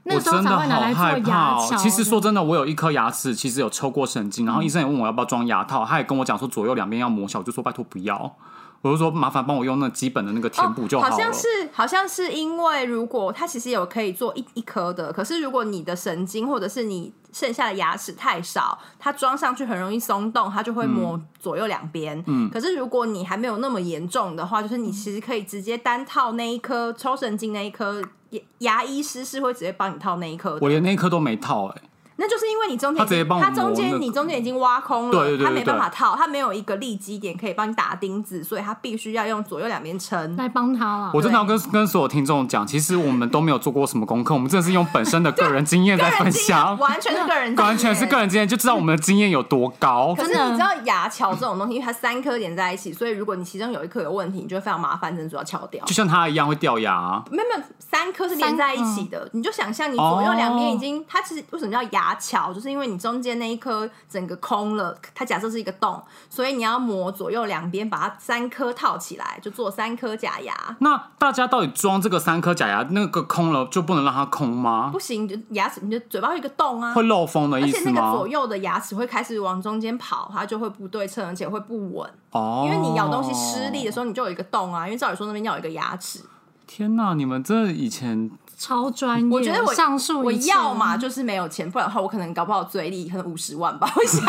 Speaker 3: 那
Speaker 2: 我
Speaker 3: 个时候
Speaker 2: 真的
Speaker 3: 才会拿
Speaker 2: 好
Speaker 3: 来做
Speaker 2: 害
Speaker 3: 牙
Speaker 2: 怕哦
Speaker 3: 桥。。
Speaker 2: 其实说真的，我有一颗牙齿其实有抽过神经，然后医生也问我要不要装牙套，他也跟我讲说左右两边要磨小，我就说拜托不要。我就说麻烦帮我用那基本的那个填
Speaker 3: 哦
Speaker 2: 补就
Speaker 1: 哦好
Speaker 2: 了。
Speaker 1: 像是好像是因为如果它其实有可以做一一颗的，可是如果你的神经或者是你剩下的牙齿太少，它装上去很容易松动，它
Speaker 2: 嗯
Speaker 1: 就会磨左右两边。嗯，可是如果你还没有那么严重的话，就是你其实可以直接单套那一颗抽神经那一颗。牙牙医师是会直接帮你套那一颗的，
Speaker 2: 我连那一颗都没套哎、
Speaker 1: 那就是因为你中间已经
Speaker 2: 他直接帮我
Speaker 1: 他中
Speaker 2: 磨那
Speaker 1: 间
Speaker 2: 个
Speaker 1: 你中间已经挖空了，
Speaker 2: 对对对对
Speaker 1: 他没办法套，他没有一个立基点可以帮你打钉子，所以他必须要用左右两边撑。
Speaker 3: 来帮他啊了。
Speaker 2: 我真的要跟跟所有听众讲，其实我们都没有做过什么功课，我们真的是用本身的个人经验
Speaker 1: 个
Speaker 2: 在分
Speaker 1: 人经验
Speaker 2: 享，
Speaker 1: 完全是个人，
Speaker 2: 完全是个。人经验，就知道我们的经验有多高
Speaker 1: 可。是
Speaker 3: 真的
Speaker 1: 你知道牙桥这种东西，因为它三颗连在一起，所以如果你其中有一颗有问题，你就会非常麻烦，真的就要敲掉
Speaker 2: 就。像他一样会掉牙，
Speaker 1: 没有没有，三颗是连在一起的，你就想象你
Speaker 2: 哦
Speaker 1: 左右两边已经，它其实为什么叫牙桥，就是因为你中间那一颗整个空了，它假设是一个洞，所以你要磨左右两边，把它三颗套起来，就做三颗假牙。
Speaker 2: 那大家到底装这个三颗假牙，那个空了就不能让它空吗
Speaker 1: 不？行，你就牙齿，你就嘴巴会有一个洞啊，
Speaker 2: 会漏风的
Speaker 1: 而
Speaker 2: 意
Speaker 1: 且
Speaker 2: 思
Speaker 1: 那个
Speaker 2: 吗
Speaker 1: 左？右的牙齿会开始往中间跑，它就会不对称，而且会不稳。
Speaker 2: 哦，
Speaker 1: 因为你咬东西失力的时候，你就有一个洞啊。因为照理说那边要有一个牙齿，
Speaker 2: 天哪，你们这以前
Speaker 3: 超专业，
Speaker 1: 我觉得我
Speaker 3: 上述
Speaker 1: 我
Speaker 3: 一切
Speaker 1: 要嘛就是没有钱，不然的话我可能搞不好嘴里可能五十万吧。 我想，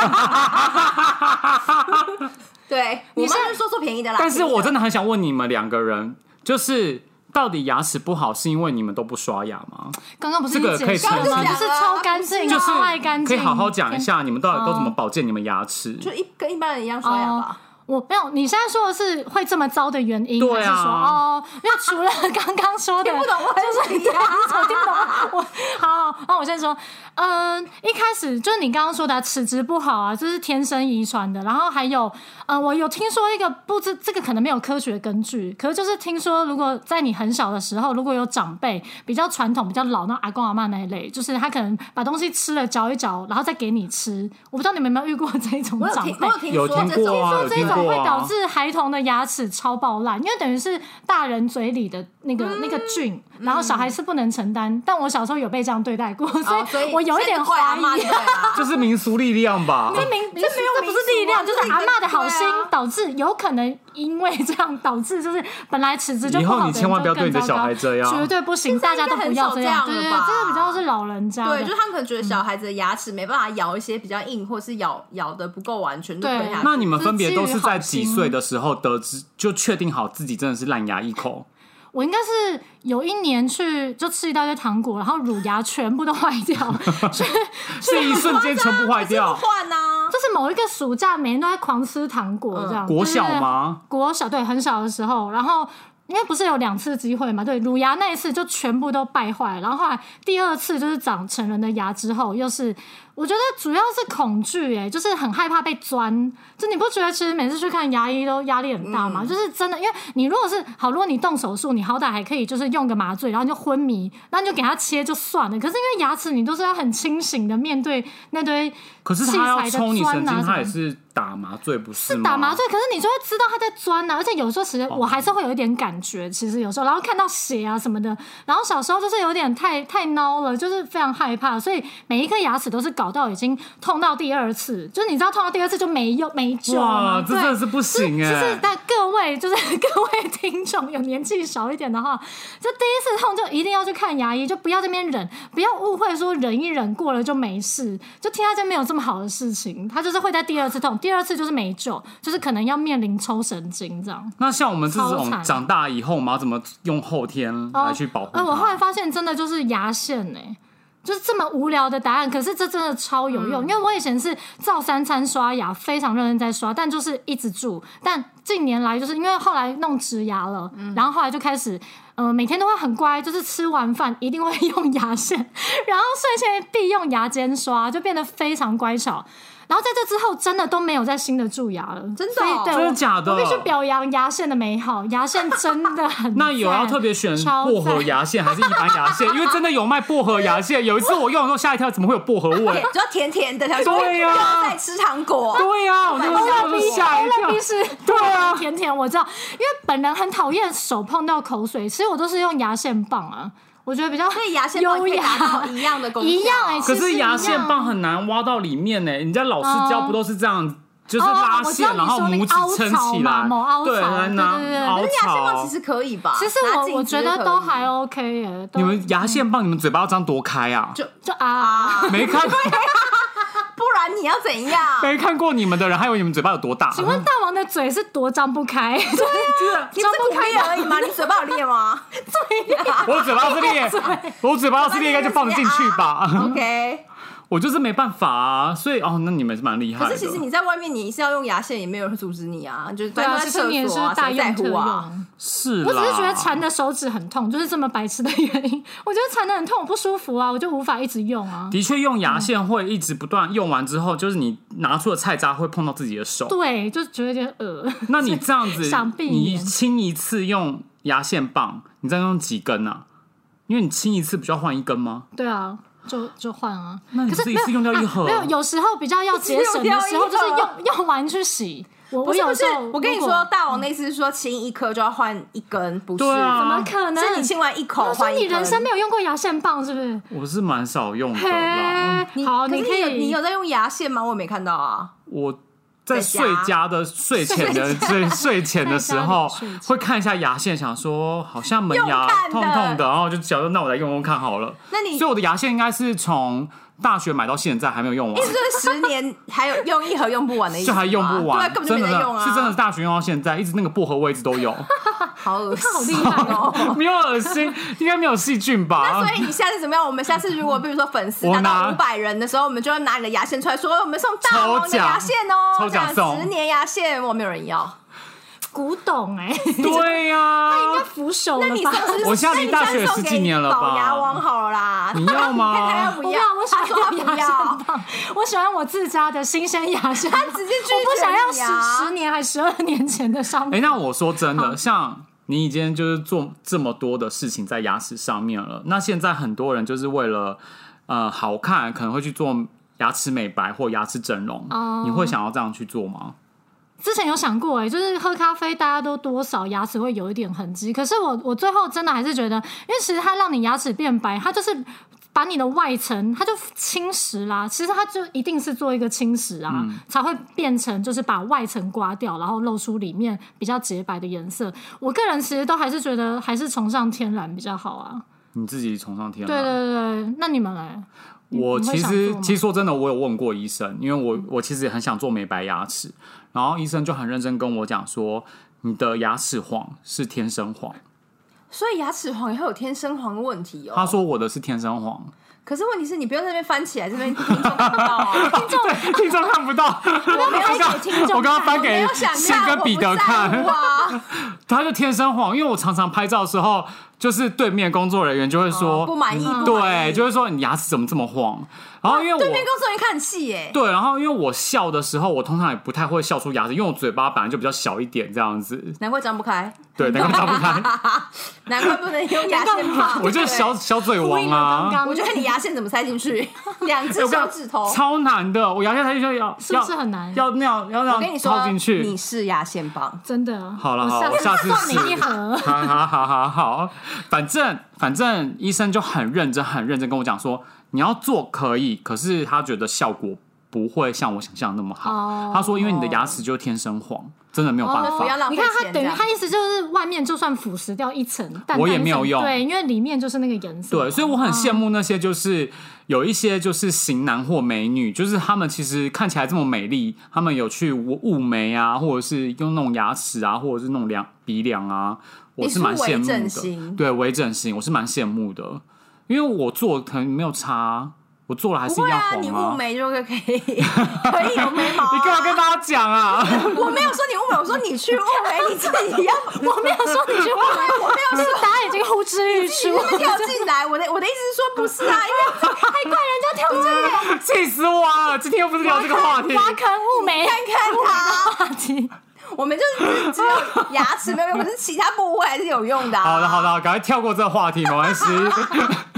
Speaker 1: 对，我
Speaker 3: 你
Speaker 1: 妈
Speaker 3: 是
Speaker 1: 就是说做便宜的啦。
Speaker 2: 但是
Speaker 1: 便宜的
Speaker 2: 我真的很想问你们两个人，就是到底牙齿不好是因为你们都不刷牙吗？
Speaker 3: 刚刚不是
Speaker 2: 这个
Speaker 3: 解
Speaker 2: 可以
Speaker 3: 释了
Speaker 2: 澄
Speaker 3: 吗？
Speaker 2: 清
Speaker 3: 就是超干净，
Speaker 1: 就是
Speaker 3: 超爱干
Speaker 2: 可
Speaker 3: 净，
Speaker 2: 以好好讲一下，你们到底都怎么保健你们牙齿？
Speaker 1: 就一跟一般人一样刷
Speaker 3: 哦
Speaker 1: 牙吧。
Speaker 3: 我没有，你现在说的是会这么糟的原因，
Speaker 2: 对啊
Speaker 3: 还是说哦？因为除了刚刚说的，
Speaker 1: 听不懂我
Speaker 3: 就是啊
Speaker 1: 什么呀
Speaker 3: 我听不懂。我好，那我先说，嗯，一开始就是你刚刚说的齿质不好啊，这是天生遗传的。然后还有，嗯，我有听说一个不知这个可能没有科学根据，可是就是听说，如果在你很小的时候，如果有长辈比较传统、比较老，那阿公阿妈那一类，就是他可能把东西吃了嚼一嚼，然后再给你吃。我不知道你们有没有遇过这种
Speaker 1: 我有
Speaker 3: 长
Speaker 1: 听，
Speaker 3: 辈
Speaker 1: 我有。听
Speaker 2: 有
Speaker 1: 说
Speaker 2: 听
Speaker 1: 这种
Speaker 2: 过啊，有
Speaker 3: 这
Speaker 2: 听
Speaker 3: 种会
Speaker 2: 过
Speaker 3: 导
Speaker 2: 啊。
Speaker 3: 致孩童的牙齿超爆烂，因为等于是大人嘴里的那个、
Speaker 1: 嗯
Speaker 3: 那个菌，然后小孩是不能承担。但我小时候有被这样对待过，
Speaker 1: 哦
Speaker 3: 所以我有一
Speaker 1: 现
Speaker 3: 点
Speaker 1: 在怪
Speaker 3: 怀
Speaker 1: 阿妈
Speaker 3: 疑
Speaker 1: 对。 啊。
Speaker 2: 就是民俗力量吧，
Speaker 3: 这明
Speaker 1: 没
Speaker 3: 这
Speaker 1: 有
Speaker 3: 这不
Speaker 1: 民
Speaker 3: 是
Speaker 1: 俗啊
Speaker 3: 力量，就是
Speaker 1: 这是一个
Speaker 3: 阿嬷的好心
Speaker 1: 对啊
Speaker 3: 导致，有可能因为这样导致，就是本来齿质就
Speaker 2: 以
Speaker 3: 不
Speaker 2: 后
Speaker 3: 好的
Speaker 2: 你
Speaker 3: 人
Speaker 2: 千万不要
Speaker 3: 就更
Speaker 2: 对你的
Speaker 3: 糟
Speaker 2: 小
Speaker 3: 糕
Speaker 2: 孩这样
Speaker 3: 绝对不行，大
Speaker 1: 在
Speaker 3: 家
Speaker 1: 应该
Speaker 3: 都不
Speaker 1: 很
Speaker 3: 要
Speaker 1: 少
Speaker 3: 这
Speaker 1: 这
Speaker 3: 样，
Speaker 1: 样
Speaker 3: 对
Speaker 1: 了
Speaker 3: 对，对
Speaker 1: 吧
Speaker 3: 这个比较是老人家的，
Speaker 1: 对，就是他们可能觉得小孩子的牙齿没办法咬一些比较硬，或是咬咬的不够完全，就
Speaker 3: 对
Speaker 1: 吞下去。
Speaker 2: 那你们分别都是在几岁的时候得知，就确定好自己真的是烂牙一口？
Speaker 3: 我应该是有一年去就吃一大堆糖果，然后乳牙全部都坏掉，所以
Speaker 2: 这一瞬间全部坏掉
Speaker 1: 不？换啊，
Speaker 3: 就是某一个暑假，每天都在狂吃糖果这样。
Speaker 2: 嗯国
Speaker 3: 就是
Speaker 2: 小？吗？
Speaker 3: 国小对，很小的时候，然后。因为不是有两次机会嘛？对，乳牙那一次就全部都败坏，然后后来第二次就是长成人的牙之后，又是我觉得主要是恐惧，哎，就是很害怕被
Speaker 2: 嗯
Speaker 3: 钻。就你不觉得其实每次去看牙医都压力很大吗？就是真的，因为你如果是好，如果你动手术，你好歹还可以就是用个麻醉，然后你就昏迷，那你就给他切就算了。可是因为牙齿，你都是要很清醒的面对那堆
Speaker 2: 可是
Speaker 3: 器
Speaker 2: 他
Speaker 3: 材
Speaker 2: 要
Speaker 3: 的
Speaker 2: 抽你神
Speaker 3: 钻啊
Speaker 2: 经，
Speaker 3: 什么
Speaker 2: 他也是打麻醉不是
Speaker 3: 是
Speaker 2: 吗？哦
Speaker 3: 打麻醉，可是你就会知道他在钻啊呐、而且有时候其实我还是会有一点感觉，其实有时候，然后看到血啊什么的，然后小时候就是有点太太孬了，就是非常害怕，所以每一颗牙齿都是搞到已经痛到第二次，就是你知道痛到第二次就没用没救了
Speaker 2: 哇，
Speaker 3: 嘛，
Speaker 2: 这
Speaker 3: 对。
Speaker 2: 真的是不行哎、
Speaker 3: 就是那各位，就是 各位听众，有年纪少一点的话，这第一次痛就一定要去看牙医，就不要这边忍，不要误会说忍一忍过了就没事。就听他这没有这么好的事情，他就是会在第二次痛，第二次就是没救，就是可能要面临抽神经这样。
Speaker 2: 那像我们这
Speaker 3: 超
Speaker 2: 种
Speaker 3: 惨
Speaker 2: 长大以后，我们要怎么用后天来去保护它？
Speaker 3: 呃，我后来发现真的就是牙线呢、就是这么无聊的答案，可是这真的超有
Speaker 2: 嗯
Speaker 3: 用，因为我以前是照三餐刷牙，非常认真在刷，但就是一直蛀。但近年来就是因为后来弄植牙了，
Speaker 2: 嗯
Speaker 3: 然后后来就开始，呃，每天都会很乖，就是吃完饭一定会用牙线， 然后睡前必用牙尖刷，就变得非常乖巧。然后在这之后，真的都没有再新的蛀牙了，
Speaker 1: 真的
Speaker 3: 所以
Speaker 1: 哦
Speaker 3: 对
Speaker 2: 真的
Speaker 3: 我
Speaker 2: 假的
Speaker 3: 我必须表扬牙线的美好，牙线真的很
Speaker 2: 那有要
Speaker 3: 赞
Speaker 2: 特别选
Speaker 3: 超
Speaker 2: 薄荷
Speaker 3: 赞
Speaker 2: 牙线还是一般牙 线？因为真的有卖薄荷牙线，有一次我用的时候吓一跳，怎么会有薄荷味？
Speaker 1: 只要甜甜的，想说
Speaker 2: 对
Speaker 1: 又
Speaker 2: 啊
Speaker 1: 要再吃糖果，
Speaker 2: 对呀、啊，我就
Speaker 1: 欧乐
Speaker 2: 我就
Speaker 1: 比
Speaker 2: 吓一
Speaker 3: 乐
Speaker 2: 跳
Speaker 3: 必。是
Speaker 2: 对啊
Speaker 3: 甜甜我知道，因为本人很讨厌手碰到口水，所以我都是用牙线棒啊，我觉得比较
Speaker 1: 所以牙线棒可
Speaker 3: 优
Speaker 1: 以达到
Speaker 3: 雅
Speaker 1: 一样的功效。啊
Speaker 3: 一样哎、其
Speaker 2: 可
Speaker 3: 实
Speaker 2: 是牙
Speaker 3: 一样
Speaker 2: 线棒很难挖到里面呢、人家老师教不都是这样就是拉
Speaker 3: 哦我知
Speaker 2: 线，
Speaker 3: 道你
Speaker 2: 然后
Speaker 3: 说那个
Speaker 2: 拇指撑起来
Speaker 3: 凹槽嘛某凹槽，
Speaker 2: 对，来拿
Speaker 3: 对对对
Speaker 2: 凹
Speaker 1: 那
Speaker 3: 那
Speaker 1: 牙线棒
Speaker 2: 槽
Speaker 1: 其。实可以吧？
Speaker 3: 其实
Speaker 1: 拿
Speaker 3: 我
Speaker 1: 镜
Speaker 3: 我
Speaker 1: 子
Speaker 3: 觉
Speaker 1: 就可
Speaker 3: 得
Speaker 1: 以
Speaker 3: 都还 OK 耶，都
Speaker 2: 你们牙线棒，你们嘴巴要张多开啊？
Speaker 1: 就
Speaker 3: 就啊，
Speaker 1: 啊，
Speaker 2: 没看
Speaker 1: 不然你要怎样？
Speaker 2: 没看过你们的人，还有你们嘴巴有多大？
Speaker 3: 请问大王的嘴是多张不开？
Speaker 1: 你不是
Speaker 3: 张
Speaker 1: 苦
Speaker 3: 不开
Speaker 1: 裂而已吗？你嘴巴有裂 吗
Speaker 2: 我嘴巴要是裂，我嘴巴要是裂，应该就放得进去
Speaker 3: 啊
Speaker 2: 吧。
Speaker 1: ？OK。
Speaker 2: 我就是没办法啊，所以哦，那你们是蛮厉害
Speaker 1: 可
Speaker 2: 的。
Speaker 1: 是其实你在外面，你是要用牙线，也没有人阻止你啊，就是
Speaker 3: 对
Speaker 1: 反
Speaker 3: 啊，
Speaker 1: 正在
Speaker 3: 其实
Speaker 1: 厕
Speaker 3: 你也是
Speaker 1: 所啊，
Speaker 3: 大
Speaker 1: 谁在
Speaker 3: 用特
Speaker 1: 乎啊？
Speaker 3: 用。
Speaker 2: 是啦，
Speaker 3: 我只是觉得缠的手指很痛，就是这么白痴的原因。 我觉得缠的很痛，我不舒服啊，我就无法一直用啊。
Speaker 2: 的确用牙线会一直不断用完之后，就是你拿出的菜渣会碰到自己的手。
Speaker 3: 对，就觉得有点恶。
Speaker 2: 那你这样子
Speaker 3: 想，避
Speaker 2: 你
Speaker 3: 免
Speaker 2: 清一次用牙线棒，你再用几根啊？因为你清一次不就要换一根吗？
Speaker 3: 对啊，就就换啊。
Speaker 2: 那你
Speaker 3: 可
Speaker 2: 不
Speaker 3: 是
Speaker 2: 是一
Speaker 3: 没有
Speaker 2: 次用掉一盒？
Speaker 3: 没有，有时候比较要节省的时候，
Speaker 1: 一次用掉一盒
Speaker 3: 就是用用完去洗。我
Speaker 1: 不
Speaker 3: 我
Speaker 1: 是
Speaker 3: 有
Speaker 1: 不是
Speaker 3: 时候，
Speaker 1: 我跟你
Speaker 3: 如果
Speaker 1: 说，，啊大王那次是说清一颗就要换一根，不是？
Speaker 2: 对啊
Speaker 3: 怎么可能？
Speaker 1: 是你清完一口
Speaker 3: 我说
Speaker 1: 换
Speaker 3: 你
Speaker 1: 一根。
Speaker 3: 人生没有用过牙线棒，是不是？
Speaker 2: 我是蛮少用的啦。
Speaker 3: 嘿，好，
Speaker 1: 可是
Speaker 3: 可
Speaker 1: 有
Speaker 3: 以，
Speaker 1: 啊你有在用牙线吗？我也没看到啊。
Speaker 2: 我在
Speaker 1: 在
Speaker 2: 睡
Speaker 1: 家
Speaker 2: 觉的睡前的睡睡前的 时候
Speaker 3: 在家里睡，觉
Speaker 2: 会看一下牙线，想说好像门牙
Speaker 1: 用看的哎
Speaker 2: 痛痛的，然后就想说那我来用用看好了。
Speaker 1: 那你
Speaker 2: 所以我的牙线应该是从大学买到现在还没有用完
Speaker 1: 这。是十年还有用一盒用不完的意思
Speaker 2: 就
Speaker 1: 吗，
Speaker 2: 还用不完，
Speaker 1: 对，根本就
Speaker 2: 真
Speaker 1: 没
Speaker 2: 的
Speaker 1: 在用啊，
Speaker 2: 是真的是大学用到现在，一直那个薄荷味一直都 有，
Speaker 1: 好恶心，啊
Speaker 3: 好厉害 哦！
Speaker 2: 没有恶心，应该没有细菌吧？
Speaker 1: 所以你下次怎么样？我们下次如果比如说粉丝
Speaker 2: 我
Speaker 1: 达
Speaker 2: 拿
Speaker 1: 到五百人的时候，我们就要拿你的牙线出来说，我们送大王的牙线哦，
Speaker 2: 抽奖抽奖送
Speaker 1: 十年牙线，我没有人要。
Speaker 3: 古董 哎，
Speaker 2: 对呀、
Speaker 3: 应该扶手
Speaker 1: 那你
Speaker 3: 了
Speaker 1: 送
Speaker 3: 吧？
Speaker 1: 是不是？
Speaker 2: 我现在离大
Speaker 1: 那
Speaker 2: 学
Speaker 1: 你现在
Speaker 2: 十几年了吧
Speaker 1: 送给保牙王好了啦，
Speaker 2: 你要吗
Speaker 1: 你看 他要不
Speaker 3: 我不
Speaker 1: 要
Speaker 3: 要，？我喜
Speaker 1: 他说他
Speaker 3: 欢
Speaker 1: 不
Speaker 3: 牙线
Speaker 1: 要，
Speaker 3: 棒，我喜欢我自家的新鲜牙线棒。
Speaker 1: 他直接拒绝
Speaker 3: 我不想要
Speaker 1: 你啊
Speaker 3: 十十年还十二年前的商
Speaker 2: 哎、
Speaker 3: 品。
Speaker 2: 那我说真的，像你已经就是做这么多的事情在牙齿上面了，那现在很多人就是为了呃好看，可能会去做牙齿美白或牙齿整容，
Speaker 3: 哦
Speaker 2: 你会想要这样去做吗？
Speaker 3: 之前有想过、哎，就是喝咖啡，大家都多少牙齿会有一点痕迹。可是我我最后真的还是觉得，因为其实它让你牙齿变白，它就是把你的外层，它就侵蚀啦。其实它就一定是做一个侵蚀啊，才会变成就是把外层刮掉，然后露出里面比较洁白的颜色。我个人其实都还是觉得还是崇尚天然比较好啊。
Speaker 2: 你自己崇尚天然
Speaker 3: 对对对，那你们嘞？你
Speaker 2: 我
Speaker 3: 你会
Speaker 2: 其
Speaker 3: 想
Speaker 2: 实
Speaker 3: 做吗
Speaker 2: 其实说真的，我有问过医生，因为我我其实也很想做美白牙齿，然后医生就很认真跟我讲说，你的牙齿黄是天生黄，
Speaker 1: 所以牙齿黄也会有天生黄的问题哦。
Speaker 2: 他说我的是天生黄，
Speaker 1: 可是问题是你不要在那边翻起来，这边听众看不到啊。
Speaker 2: 对，听众看不到，
Speaker 1: 我没有给听众看，
Speaker 2: 我刚刚翻
Speaker 1: 我没
Speaker 2: 给
Speaker 1: 有想
Speaker 2: 信
Speaker 1: 看
Speaker 2: 跟彼得
Speaker 1: 我不在乎
Speaker 2: 看，
Speaker 1: 啊，
Speaker 2: 他就天生黄，因为我常常拍照的时候，就是对面工作人员就会说
Speaker 1: 哦不满意，不满
Speaker 2: 对，
Speaker 1: 意
Speaker 2: 就会说你牙齿怎么这么黄，然后因为我
Speaker 1: 对面工作人员看很细耶，
Speaker 2: 对，然后因为我笑的时候，我通常也不太会笑出牙齿，因为我嘴巴本来就比较小一点这样子，
Speaker 1: 难怪张不开，
Speaker 2: 对，那个张不开。
Speaker 1: 难怪不能用牙线棒。
Speaker 2: 我就是 小
Speaker 1: 对，
Speaker 2: 小嘴
Speaker 3: 呼
Speaker 2: 王
Speaker 3: 应了刚
Speaker 2: 啊！
Speaker 3: 刚，
Speaker 1: 我就看你牙线怎么塞进 去，两
Speaker 2: 哎
Speaker 1: 只手
Speaker 2: 我跟你讲
Speaker 1: 指头。
Speaker 2: 超难的，我牙线才就要
Speaker 3: 是不是很难
Speaker 2: 要要那样要那
Speaker 1: 我跟
Speaker 2: 样
Speaker 1: 你说啊
Speaker 2: 套进，
Speaker 1: 你
Speaker 2: 去。
Speaker 1: 是牙线棒，
Speaker 3: 真的啊。
Speaker 2: 好了
Speaker 3: 我
Speaker 2: 好我下次
Speaker 3: 送
Speaker 2: 试
Speaker 3: 你一盒。
Speaker 2: 好好好好好，反正反正医生就很认真很认真跟我讲说，你要做可以，可是他觉得效果不会像我想象的那么好。
Speaker 3: 哦
Speaker 2: 他说，因为你的牙齿就是天生黄，真的没有办
Speaker 1: 不要
Speaker 2: 法。
Speaker 1: 浪费
Speaker 3: 你
Speaker 1: 钱
Speaker 3: 看
Speaker 1: 这
Speaker 3: 它
Speaker 1: 样。
Speaker 3: 等于它意思就是外面就算腐蚀掉一层，淡淡
Speaker 2: 我也
Speaker 3: 一层
Speaker 2: 没有用
Speaker 3: 对，因为里面就是那个颜色。
Speaker 1: 啊
Speaker 2: 对，所以我很羡慕那些就是有一些就是型男或美女，就是他们其实看起来这么美丽，他们有去雾眉啊，或者是用那种牙齿啊，或者是弄梁鼻梁啊，我是蛮羡
Speaker 1: 你是微整
Speaker 2: 慕的。
Speaker 1: 形
Speaker 2: 对，微整形我是蛮羡慕的，因为我做可能没有差啊，我做了还是
Speaker 1: 不
Speaker 2: 一
Speaker 1: 会
Speaker 2: 样
Speaker 1: 啊，你雾
Speaker 2: 黄啊。
Speaker 1: 眉就可以，可以有眉毛啊。
Speaker 2: 你干嘛跟大家讲啊？
Speaker 1: 我没有说你雾眉，我说你去雾眉，你自己要。
Speaker 3: 我没有说你去画，我没有说，答案已 经呼之欲
Speaker 1: 你
Speaker 3: 出，
Speaker 1: 那边跳进来，我的我的意思是说不是啊，因为
Speaker 3: 还怪人家跳进 来
Speaker 2: 气死我了！今天又不是聊这个话题，
Speaker 3: 挖坑 雾眉
Speaker 1: 看看他。
Speaker 3: 话题。
Speaker 1: 我们就是只有牙齿没有用，可是其他部位还是有用的、啊。
Speaker 2: 好的，好的，赶快跳过这个话题，没关系。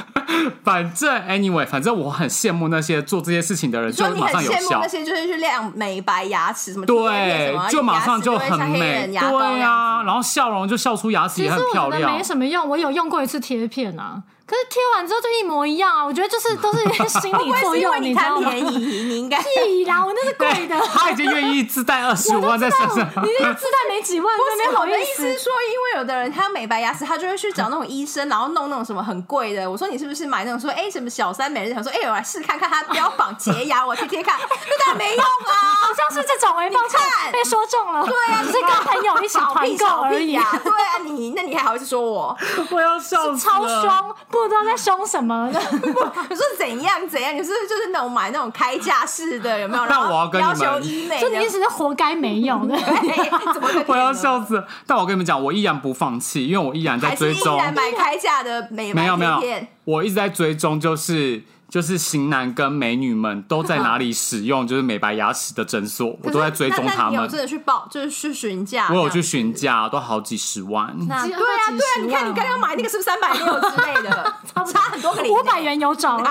Speaker 2: 反正 anyway，反正我很羡慕那些做这些事情的人，
Speaker 1: 你
Speaker 2: 就
Speaker 1: 说你
Speaker 2: 马
Speaker 1: 很
Speaker 2: 上有
Speaker 1: 羡慕
Speaker 2: 效
Speaker 1: 那，些就是去亮美白牙齿什么贴片什么，
Speaker 2: 对，就马上
Speaker 1: 就
Speaker 2: 很美，对啊
Speaker 1: 呀、
Speaker 2: 呀、然后笑容就笑出牙齿
Speaker 3: 其
Speaker 2: 也
Speaker 3: 实
Speaker 2: 很漂
Speaker 3: 我觉得
Speaker 2: 亮
Speaker 3: 没。什么用，我有用过一次贴片啊，可是贴完之后就一模一样啊！我觉得就是都是一些心理
Speaker 1: 会不
Speaker 3: 作
Speaker 1: 会是因为
Speaker 3: 用，
Speaker 1: 你
Speaker 3: 你知道
Speaker 1: 贪
Speaker 3: 吗？
Speaker 1: 便宜，你应该
Speaker 3: 屁啦，我那是 贵的，哦
Speaker 2: 他已经愿意自带 二十五万在身上，
Speaker 3: 你那个自带没几万，
Speaker 1: 不
Speaker 3: 真
Speaker 1: 是
Speaker 3: 没
Speaker 1: 我
Speaker 3: 好
Speaker 1: 的
Speaker 3: 意
Speaker 1: 意思是
Speaker 3: 思。
Speaker 1: 说，因为有的人他美白牙齿，他就会去找那种医生，然后弄那种什么很贵的。我说你是不是买那种说，哎、什么小三美人？想说，哎、我来试看看它标榜洁牙，我贴贴看，那当然没用啦、
Speaker 3: 好像是这种哎，抱歉
Speaker 1: 看
Speaker 3: 被说中了。对
Speaker 1: 啊
Speaker 3: 只是 跟朋友一起
Speaker 1: 小
Speaker 3: 团
Speaker 1: 屁
Speaker 3: 购
Speaker 1: 小
Speaker 3: 而
Speaker 1: 屁
Speaker 3: 已
Speaker 1: 呀、，对啊，你那你还好意思说我？
Speaker 2: 我要笑死
Speaker 3: 超
Speaker 2: 了
Speaker 3: 凶，不知道在凶什 么。
Speaker 1: 你说怎样怎样？你是不是就是那种买那种开架式 的有没有？
Speaker 2: 那
Speaker 1: 然后
Speaker 2: 我要跟你
Speaker 1: 要
Speaker 2: 们
Speaker 1: 求医美的，
Speaker 3: 就你意思是活该没有的，
Speaker 1: 哎怎么会
Speaker 2: 我要
Speaker 1: 骗人
Speaker 2: 笑死了！但我跟你们讲，我依然不放弃，因为我依然在
Speaker 1: 还是
Speaker 2: 追
Speaker 1: 依
Speaker 2: 踪。
Speaker 1: 然买开架的美白
Speaker 2: 没有没有
Speaker 1: 贴片，
Speaker 2: 我一直在追踪，就是就是型男跟美女们都在哪 里使用，就是美白牙齿的诊所，我都在追踪
Speaker 1: 可是那
Speaker 2: 他
Speaker 1: 那你有
Speaker 2: 们。
Speaker 1: 真的去报，就是去询价？
Speaker 2: 我有去询价，都好几十万。
Speaker 1: 那
Speaker 3: 几
Speaker 1: 对啊，
Speaker 3: 几
Speaker 1: 对啊，
Speaker 3: 十万
Speaker 1: 你看你刚刚买那个是不是三百六之类 的，差差很多个零，
Speaker 3: 五百。元有找。
Speaker 1: 那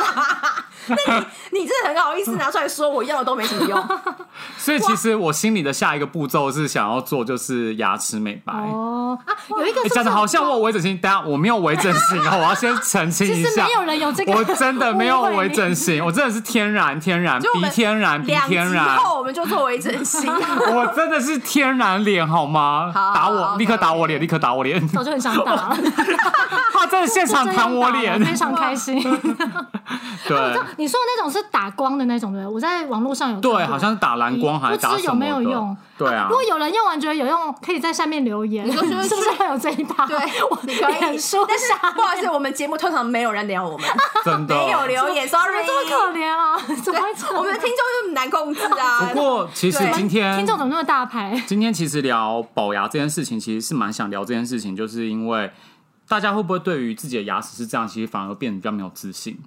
Speaker 1: 你你真的很好意思拿出来说，我要的都没什么 用。
Speaker 2: 所以其实我心里的下一个步骤是想要做就是牙齿美白。
Speaker 3: 哦啊，有一 个
Speaker 2: 诶
Speaker 3: 是
Speaker 2: 讲的好像我
Speaker 3: 我，
Speaker 2: 有微整形，等一下我没有微整形 啊，我要先澄清
Speaker 3: 其
Speaker 2: 一
Speaker 3: 实
Speaker 2: 下
Speaker 3: 没。有人有这个，
Speaker 2: 我 真的没有
Speaker 3: 误会
Speaker 2: 微
Speaker 3: 你
Speaker 2: 整形，我真的是天然天然，
Speaker 1: 就我
Speaker 2: 鼻
Speaker 1: 们
Speaker 2: 天然鼻
Speaker 1: 两集
Speaker 2: 天然。
Speaker 1: 后我 们就作为整 形，
Speaker 2: 我真的是天然脸好吗？
Speaker 1: 好
Speaker 2: 打
Speaker 1: 好
Speaker 2: 我，
Speaker 1: 好
Speaker 2: 立刻打我
Speaker 1: OK，OK
Speaker 2: 脸，立刻打我脸！
Speaker 3: 早就很想打了，
Speaker 2: 他真的现场
Speaker 3: 就这样
Speaker 2: 弹我
Speaker 3: 打了
Speaker 2: 脸，
Speaker 3: 非常开心。
Speaker 2: 对
Speaker 3: 你说的那种是打光的那种对不对？我在网络上有看过
Speaker 2: 对，好像是打蓝光还是打
Speaker 3: 不知
Speaker 2: 什
Speaker 3: 有
Speaker 2: 么
Speaker 3: 没有
Speaker 2: 的
Speaker 3: 用？
Speaker 2: 对啊
Speaker 3: 如，果有人用完觉得有用，可以在下面留言，
Speaker 1: 说就是
Speaker 3: 是不是会有这一趴？
Speaker 1: 对，
Speaker 3: 我
Speaker 1: 你可以
Speaker 3: 脸书
Speaker 1: 但是
Speaker 3: 下
Speaker 1: 不好意思，我们节目通常没有人聊我们，
Speaker 2: 真的
Speaker 1: 没有留言
Speaker 3: 怎
Speaker 1: ，sorry
Speaker 3: 么。这么可怜啊？怎么会这样
Speaker 1: 我们 的听众就是难控制啊。
Speaker 2: 不过其实
Speaker 1: 对
Speaker 2: 今
Speaker 3: 听
Speaker 2: 天
Speaker 3: 众怎么那么大牌？
Speaker 2: 今天其实聊保牙这件事情，其实是蛮想聊这件事情，就是因为大家会不会对于自己的牙齿是这样，其实反而变得比较没有自信。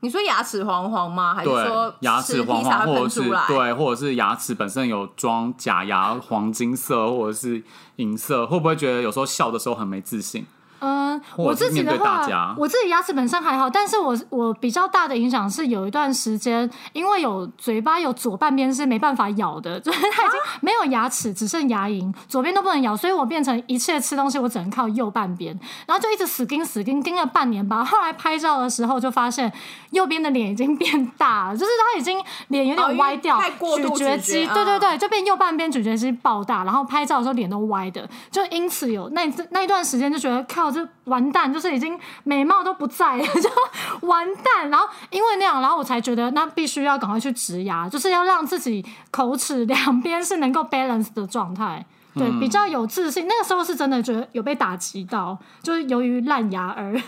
Speaker 1: 你说牙齿黄黄吗？还是
Speaker 2: 对
Speaker 1: 说，
Speaker 2: 牙齿黄黄，
Speaker 1: 吃披萨会
Speaker 2: 或者
Speaker 1: 喷
Speaker 2: 是
Speaker 1: 出来？
Speaker 2: 对，或者是牙齿本身有装假牙、黄金色或者是银色，会不会觉得有时候笑的时候很没自信？
Speaker 3: 嗯，
Speaker 2: 或
Speaker 3: 我
Speaker 2: 者是
Speaker 3: 自己
Speaker 2: 面对
Speaker 3: 的
Speaker 2: 大家
Speaker 3: 话，我自己牙齿本身还好，但是我我比较大的影响是有一段时间，因为有嘴巴有左半边是没办法咬的，就是它已经没有牙齿，只剩牙龈，左边都不能咬，所以我变成一切吃东西我只能靠右半边，然后就一直死盯死盯盯了半年吧。后来拍照的时候就发现右边的脸已经变大了，就是它已经脸有
Speaker 1: 哦因
Speaker 3: 点
Speaker 1: 为
Speaker 3: 歪掉，
Speaker 1: 太过度
Speaker 3: 咀嚼
Speaker 1: 咀嚼
Speaker 3: 肌，
Speaker 1: 嗯
Speaker 3: 对对对，就变右半边咀嚼肌爆大，然后拍照的时候脸都歪的，就因此有那一次那一段时间就觉得靠，这完蛋，就是已经美貌都不在了， 就完蛋。然后因为那样，然后我才觉得那必须要赶快去植牙，就是要让自己口齿两边是能够 balance 的状态。
Speaker 1: 嗯
Speaker 3: 对，比较有自信。那个时候是真的觉得有被打击到，就是由于烂牙而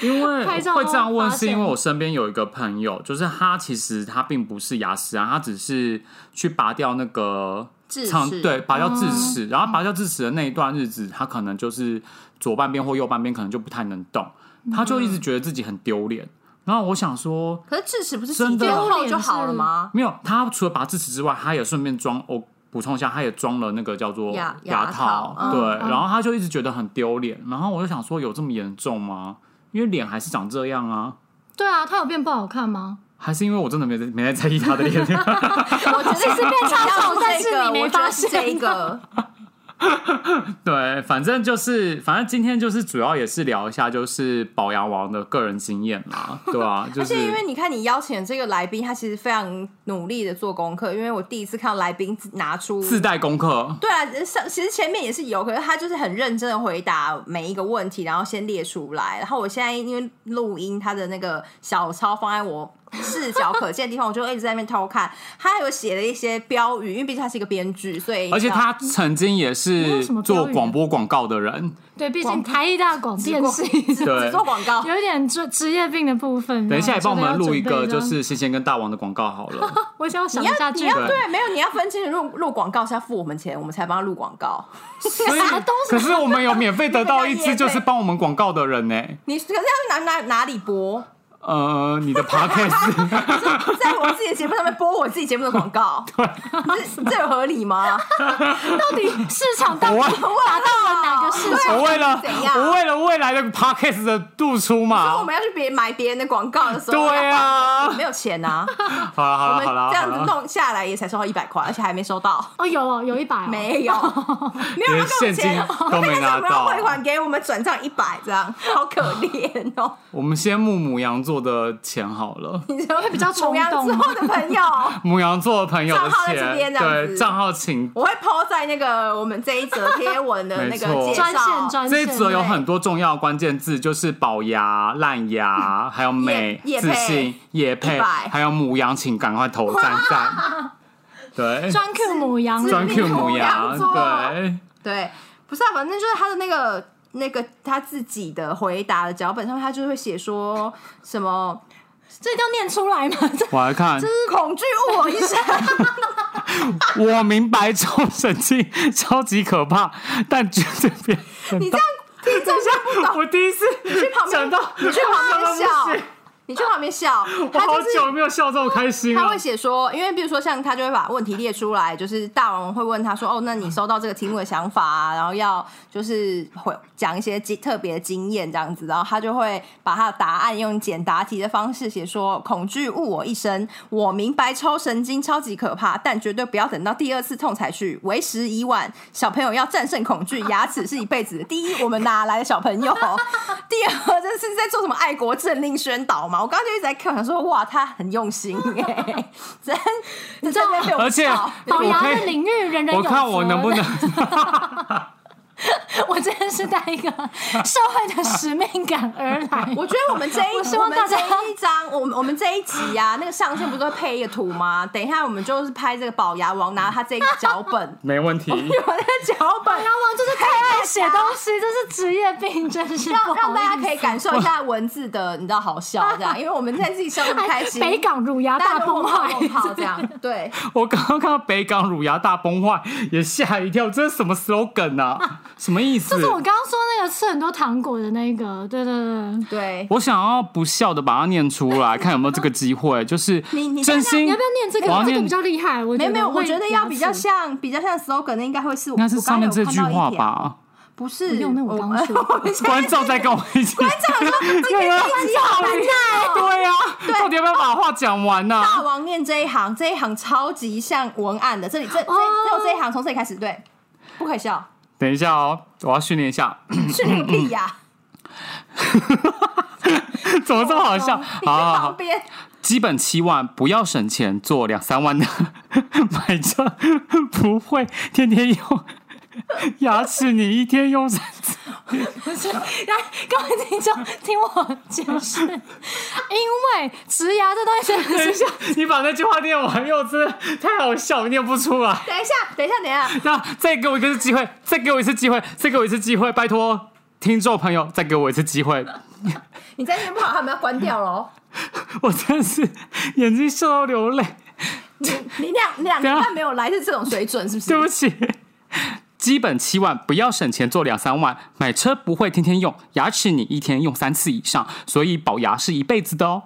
Speaker 2: 因为
Speaker 3: 拍照
Speaker 2: 会这样问，
Speaker 3: 发
Speaker 2: 是
Speaker 3: 现
Speaker 2: 因为我身边有一个朋友，就是他其实他并不是牙齿啊，他只是去拔掉那个
Speaker 1: 智
Speaker 2: 长
Speaker 1: 齿
Speaker 2: 对，拔掉智齿，然后拔掉智齿的那一段日子，他可能就是左半边或右半边可能就不太能动，他就一直觉得自己很丢脸。然后我想说，
Speaker 1: 可是智齿不是
Speaker 2: 真
Speaker 1: 几
Speaker 2: 的啊
Speaker 1: 天后就好了吗？
Speaker 2: 没有，他除了拔智齿之外，他也顺便装我补充一下，他也装了那个叫做
Speaker 1: 牙
Speaker 2: 牙
Speaker 1: 牙套嗯
Speaker 2: 对，
Speaker 3: 嗯
Speaker 2: 然后他就一直觉得很丢脸，然后我就想说，有这么严重吗？因为脸还是长这样啊。
Speaker 3: 对啊，它有变不好看吗？
Speaker 2: 还是因为我真的没在没在在意他 的脸，
Speaker 1: 我觉得是变
Speaker 3: 超丑但是你没发现啊
Speaker 1: 这一个，
Speaker 2: 对，反正就是，反正今天就是主要也是聊一下就是保牙王的个人经验啦，对 吧、就
Speaker 1: 而
Speaker 2: 是
Speaker 1: 且因为你看，你邀请的这个来宾，他其实非常努力的做功课。因为我第一次看到来宾拿出，
Speaker 2: 自带功课，
Speaker 1: 对啊，上其实前面也是有，可是他就是很认真的回答每一个问题，然后先列出来。然后我现在因为录音，他的那个小抄放在我视角可见的地方，我就一直在那边偷看。他有写了一些标语，因为毕竟他是一个编剧，所以
Speaker 2: 而且他曾经也是
Speaker 3: 有什么标语
Speaker 2: 做
Speaker 3: 啊
Speaker 2: 广播广告的
Speaker 1: 啊
Speaker 2: 人。
Speaker 3: 对，毕
Speaker 1: 广
Speaker 3: 竟台艺大广电系。
Speaker 1: 只做广告。
Speaker 3: 有一点职职业病的部分。
Speaker 2: 等一下也
Speaker 3: 然
Speaker 2: 帮
Speaker 3: 后
Speaker 2: 我
Speaker 3: 觉得
Speaker 2: 们
Speaker 3: 要
Speaker 2: 录一
Speaker 3: 准备
Speaker 2: 个
Speaker 3: 这
Speaker 2: 就
Speaker 3: 样，
Speaker 2: 是新鲜跟大王的广告好了。
Speaker 3: 我想要想
Speaker 1: 你
Speaker 3: 一下
Speaker 1: 要
Speaker 3: 剧
Speaker 1: 你
Speaker 3: 本
Speaker 1: 要。对，没有你要分清楚录录广告是要付我们钱，我们才帮他录广告。
Speaker 2: 所以
Speaker 3: 么东西
Speaker 2: 可是我们有免费得到一
Speaker 1: 啊 那
Speaker 2: 支
Speaker 1: 个叫
Speaker 2: 就是
Speaker 1: 业配
Speaker 2: 帮我们广告的人呢、
Speaker 1: 你可是要去哪哪哪里播？
Speaker 2: 呃，你的 podcast
Speaker 1: 在我自己的节目上面播我自己节目的广 告，这这有合理吗？
Speaker 3: 到底市场到底
Speaker 2: 我
Speaker 3: 达到了哪个市 场？
Speaker 2: 我为了
Speaker 1: 怎样
Speaker 2: 我为了未来的 podcast 的露出
Speaker 1: 所啊以我
Speaker 2: 嘛，
Speaker 1: 们要去别买别人的广告的时候，
Speaker 2: 对啊，
Speaker 1: 没有钱啊，
Speaker 2: 好了好
Speaker 1: 我
Speaker 2: 了
Speaker 1: 们
Speaker 2: 好了，
Speaker 1: 这样
Speaker 2: 好
Speaker 1: 子
Speaker 2: 了
Speaker 1: 弄下来也才收到一百块，而且还没收到，
Speaker 3: 哦，有哦，有一百、哦，
Speaker 1: 没 有，没有人给
Speaker 2: 连
Speaker 1: 我们
Speaker 2: 现金
Speaker 1: 钱，
Speaker 2: 都没拿
Speaker 1: 我们要
Speaker 2: 到。
Speaker 1: 汇款给我们转账一百，这样好可怜哦。
Speaker 2: 我们先募母羊座的钱好了，
Speaker 1: 你就会
Speaker 3: 比较冲动
Speaker 1: 之后的朋友，
Speaker 2: 母羊座的朋友的
Speaker 1: 账号在这
Speaker 2: 钱，
Speaker 1: 边这样
Speaker 2: 对
Speaker 1: 子
Speaker 2: 账号请。
Speaker 1: 我会 po 在那个我们这一则贴文的那个
Speaker 2: 没错
Speaker 1: 介
Speaker 3: 专线
Speaker 1: 绍。
Speaker 3: 专
Speaker 2: 这
Speaker 3: 线，
Speaker 2: 一则有很多重要关键字，就是保牙、烂 牙，还有美、
Speaker 1: 业业
Speaker 2: 自
Speaker 1: 配
Speaker 2: 信、也配，
Speaker 1: 100
Speaker 2: 还有母羊，请赶快投 赞赞。对，
Speaker 3: 专 Q 母羊，
Speaker 1: 自
Speaker 2: 专 Q
Speaker 1: 命
Speaker 2: 母
Speaker 1: 母
Speaker 2: 羊，
Speaker 1: 羊座
Speaker 2: 对，
Speaker 1: 对，不是啊，反正就是他的那个那个他自己的回答的脚本上面，他就会写说什么
Speaker 3: 这一定要念出 来吗？这
Speaker 2: 我来看，
Speaker 1: 恐惧误我一 生，
Speaker 2: 我明白超神经 超级可怕，但觉得别人
Speaker 1: 你这样听众就不懂。
Speaker 2: 我第 一次
Speaker 1: 去旁边
Speaker 2: 想到，
Speaker 1: 你去旁边笑，你去旁边笑，
Speaker 2: 我
Speaker 1: 他
Speaker 2: 好
Speaker 1: 就是
Speaker 2: 久没有笑这么开心
Speaker 1: 他
Speaker 2: 了
Speaker 1: 会。写说，因为比如说像他就会把问题列出来，就是大王会问他说：“哦，那你收到这个题目的想法啊，然后要就是会讲一些经特别的经验这样子。”然后他就会把他的答案用简答题的方式写说：“恐惧误我一生，我明白抽神经超级可怕，但绝对不要等到第二次痛才去，为时已晚。小朋友要战胜恐惧，牙齿是一辈子的。第一，我们哪来的小朋友？ 第二， 这是在做什么爱国政令宣导嘛？我刚刚就一直在看，想说哇，他很用心哎、真 你知道吗？
Speaker 2: 而且
Speaker 3: 保
Speaker 2: 我
Speaker 3: 牙
Speaker 2: 可以
Speaker 3: 的领域人人有
Speaker 2: 我
Speaker 3: 责。
Speaker 2: 看我能不能，，
Speaker 3: 我真的是带一个社会的使命感而 来。
Speaker 1: 我觉得我们这一，
Speaker 3: 我希望大家
Speaker 1: 我们这一张，我们我们这一集呀、那个上线不是会配一个图吗？等一下，我们就是拍这个宝牙王拿他这个脚本
Speaker 2: 没问题。
Speaker 1: 有那个脚本，
Speaker 3: 然后王就是太爱写东西，这是职业病，真是
Speaker 1: 让
Speaker 3: 不
Speaker 1: 让
Speaker 3: 好
Speaker 1: 大
Speaker 3: 意
Speaker 1: 家
Speaker 3: 思
Speaker 1: 可以感受一下文字的，你知道好笑 这样，因为我们现在自己笑得很开心，
Speaker 3: 北港乳牙大崩坏，
Speaker 1: 大家都问号问号这样，对，
Speaker 2: 我刚刚看到北港乳牙大崩坏，也吓一跳，这是什么 slogan 啊？什么意思？
Speaker 3: 就是我刚刚说那个吃很多糖果的那个，对对对。
Speaker 1: 对，
Speaker 2: 我想要不笑的把它念出来，看有没有这个机会。就是
Speaker 1: 你你
Speaker 2: 真
Speaker 3: 你
Speaker 2: 心
Speaker 3: 要不要念这个？
Speaker 2: 我要
Speaker 3: 这个
Speaker 2: 念
Speaker 3: 比较厉害，我
Speaker 1: 没
Speaker 3: 觉
Speaker 1: 有
Speaker 3: 得
Speaker 1: 没有，我觉得要比较
Speaker 3: 会牙齿
Speaker 1: 像比较像 slogan 的，应该会是我
Speaker 2: 应该是
Speaker 1: 我刚
Speaker 2: 上
Speaker 1: 刚
Speaker 2: 面
Speaker 1: 有
Speaker 2: 这句
Speaker 1: 看到一
Speaker 2: 话
Speaker 1: 条，
Speaker 2: 吧？
Speaker 1: 不是，
Speaker 3: 不用那我刚刚说
Speaker 1: 我我们现在
Speaker 2: 观众在跟我一起，观
Speaker 1: 这样说 这个一集好难看哦。
Speaker 2: 对呀、啊，到底要不要把话讲完啊呢、
Speaker 1: 大王念这一行，这一行超级像文案的。这里这这
Speaker 2: 哦
Speaker 1: 只有这一行，从这里开始，对，不可以 笑，
Speaker 2: 等一下哦，我要训练一下，
Speaker 1: 训练个屁呀！
Speaker 2: 怎哦么这么好笑？
Speaker 1: 哦你在
Speaker 2: 好好
Speaker 1: 旁
Speaker 2: 好，
Speaker 1: 边，
Speaker 2: 基本七万，不要省钱，做两三万的 买车，不会天天用。牙齿你一天用三次，
Speaker 3: 不是， 来，各位听众听我解释，因为植牙这东西真的
Speaker 2: 等一
Speaker 3: 是
Speaker 2: 下，你把那句话念完，因为我真的太好笑，我念不出来。
Speaker 1: 等一下，等一下，等一下，
Speaker 2: 那再给我一个机会，再给我一次机会，再给我一次机会，拜托听众朋友，再给我一次机会。
Speaker 1: 你再念不好，他们要关掉喽。
Speaker 2: 我真的是眼睛笑到流泪。
Speaker 1: 你你两你两
Speaker 2: 等一下
Speaker 1: 年半没有来是这种水准，是不
Speaker 2: 啊对不
Speaker 1: 是？
Speaker 2: 起。基本七万，不要省钱做两三万，买车不会天天用，牙齿你一天用三次以上，所以保牙是一辈子的哦。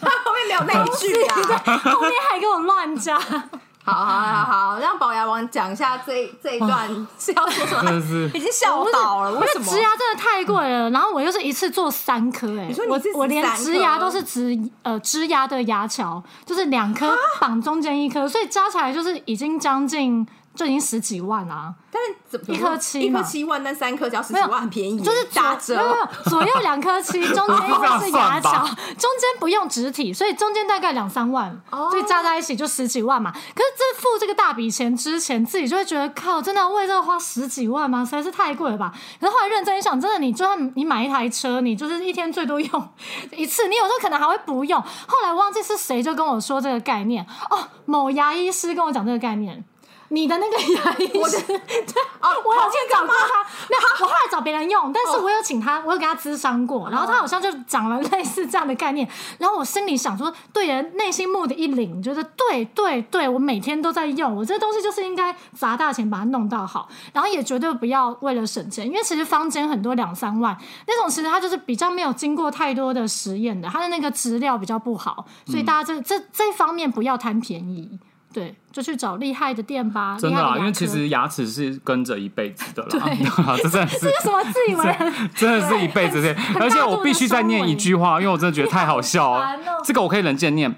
Speaker 1: 后面没有那一句啊。
Speaker 3: 后面还给我乱加，
Speaker 1: 好好好好，让宝牙王讲一下这这一段是要说什
Speaker 2: 哦真
Speaker 1: 么
Speaker 2: 的？是
Speaker 1: 已经笑倒了，为什
Speaker 3: 因
Speaker 1: 么？
Speaker 3: 植牙真的太贵了，然后我又是一次做三颗、哎，
Speaker 1: 你说你
Speaker 3: 我
Speaker 1: 一次植
Speaker 3: 我连
Speaker 1: 三颗
Speaker 3: 植牙都是植呃植牙的牙桥，就是两颗绑中间一颗，所以加起来就是已经将近就已经十几万啊啦、
Speaker 1: 但是怎么
Speaker 3: 一颗七
Speaker 1: 一
Speaker 3: 嘛
Speaker 1: 颗七万，但三颗只要十几
Speaker 3: 没有
Speaker 1: 万，很便宜，
Speaker 3: 就是左
Speaker 1: 打
Speaker 3: 没有没
Speaker 1: 折。
Speaker 3: 有左右两颗漆，中间一颗
Speaker 2: 这
Speaker 3: 是牙桥
Speaker 2: 样算吧，
Speaker 3: 中间不用植体，所以中间大概两三万，
Speaker 1: 哦
Speaker 3: 所以加在一起就十几万嘛。可是这付这个大笔钱之前，自己就会觉得靠，真的要为这个花十几万吗？实在是太贵了吧。可是后来认真一想，真的，你就算你买一台车，你就是一天最多用一次，你有时候可能还会不用。后来忘记是谁就跟我说这个概念哦，某牙医师跟我讲这个概念。你的那个牙医
Speaker 1: 我的
Speaker 3: 师，对，
Speaker 1: 哦
Speaker 3: 我有
Speaker 1: 好
Speaker 3: 去
Speaker 1: 健
Speaker 3: 找
Speaker 1: 康
Speaker 3: 过
Speaker 1: 吗
Speaker 3: 他，没有，我后来找别人用，但是我有请他，我有跟他咨商过，然后他好像就讲了类似这样的概念，然后我心里想说，对人内心蓦地一凛，觉得对对对，我每天都在用，我这东西就是应该砸大钱把它弄到好，然后也绝对不要为了省钱，因为其实坊间很多两三万那种，其实它就是比较没有经过太多的实验的，它的那个质量比较不好，所
Speaker 2: 嗯
Speaker 3: 以大家这、这这方面不要贪便宜。对，就去找厉害的店吧。
Speaker 2: 真
Speaker 3: 厉害
Speaker 2: 的
Speaker 3: 的
Speaker 2: 啦，
Speaker 3: 牙
Speaker 2: 因为其
Speaker 3: 科
Speaker 2: 实牙齿是跟着一辈子的啦，对 啊，这真的是
Speaker 3: 这什么自以为人？
Speaker 2: 真的是一辈子这，
Speaker 3: 很
Speaker 2: 而且我必须再念一句话，因为我真的觉得太 好笑了
Speaker 3: 好烦哦。
Speaker 2: 这个我可以冷静念。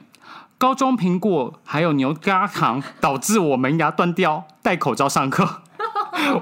Speaker 2: 高中苹果还有牛轧糖导致我门牙断掉，戴口罩上 课。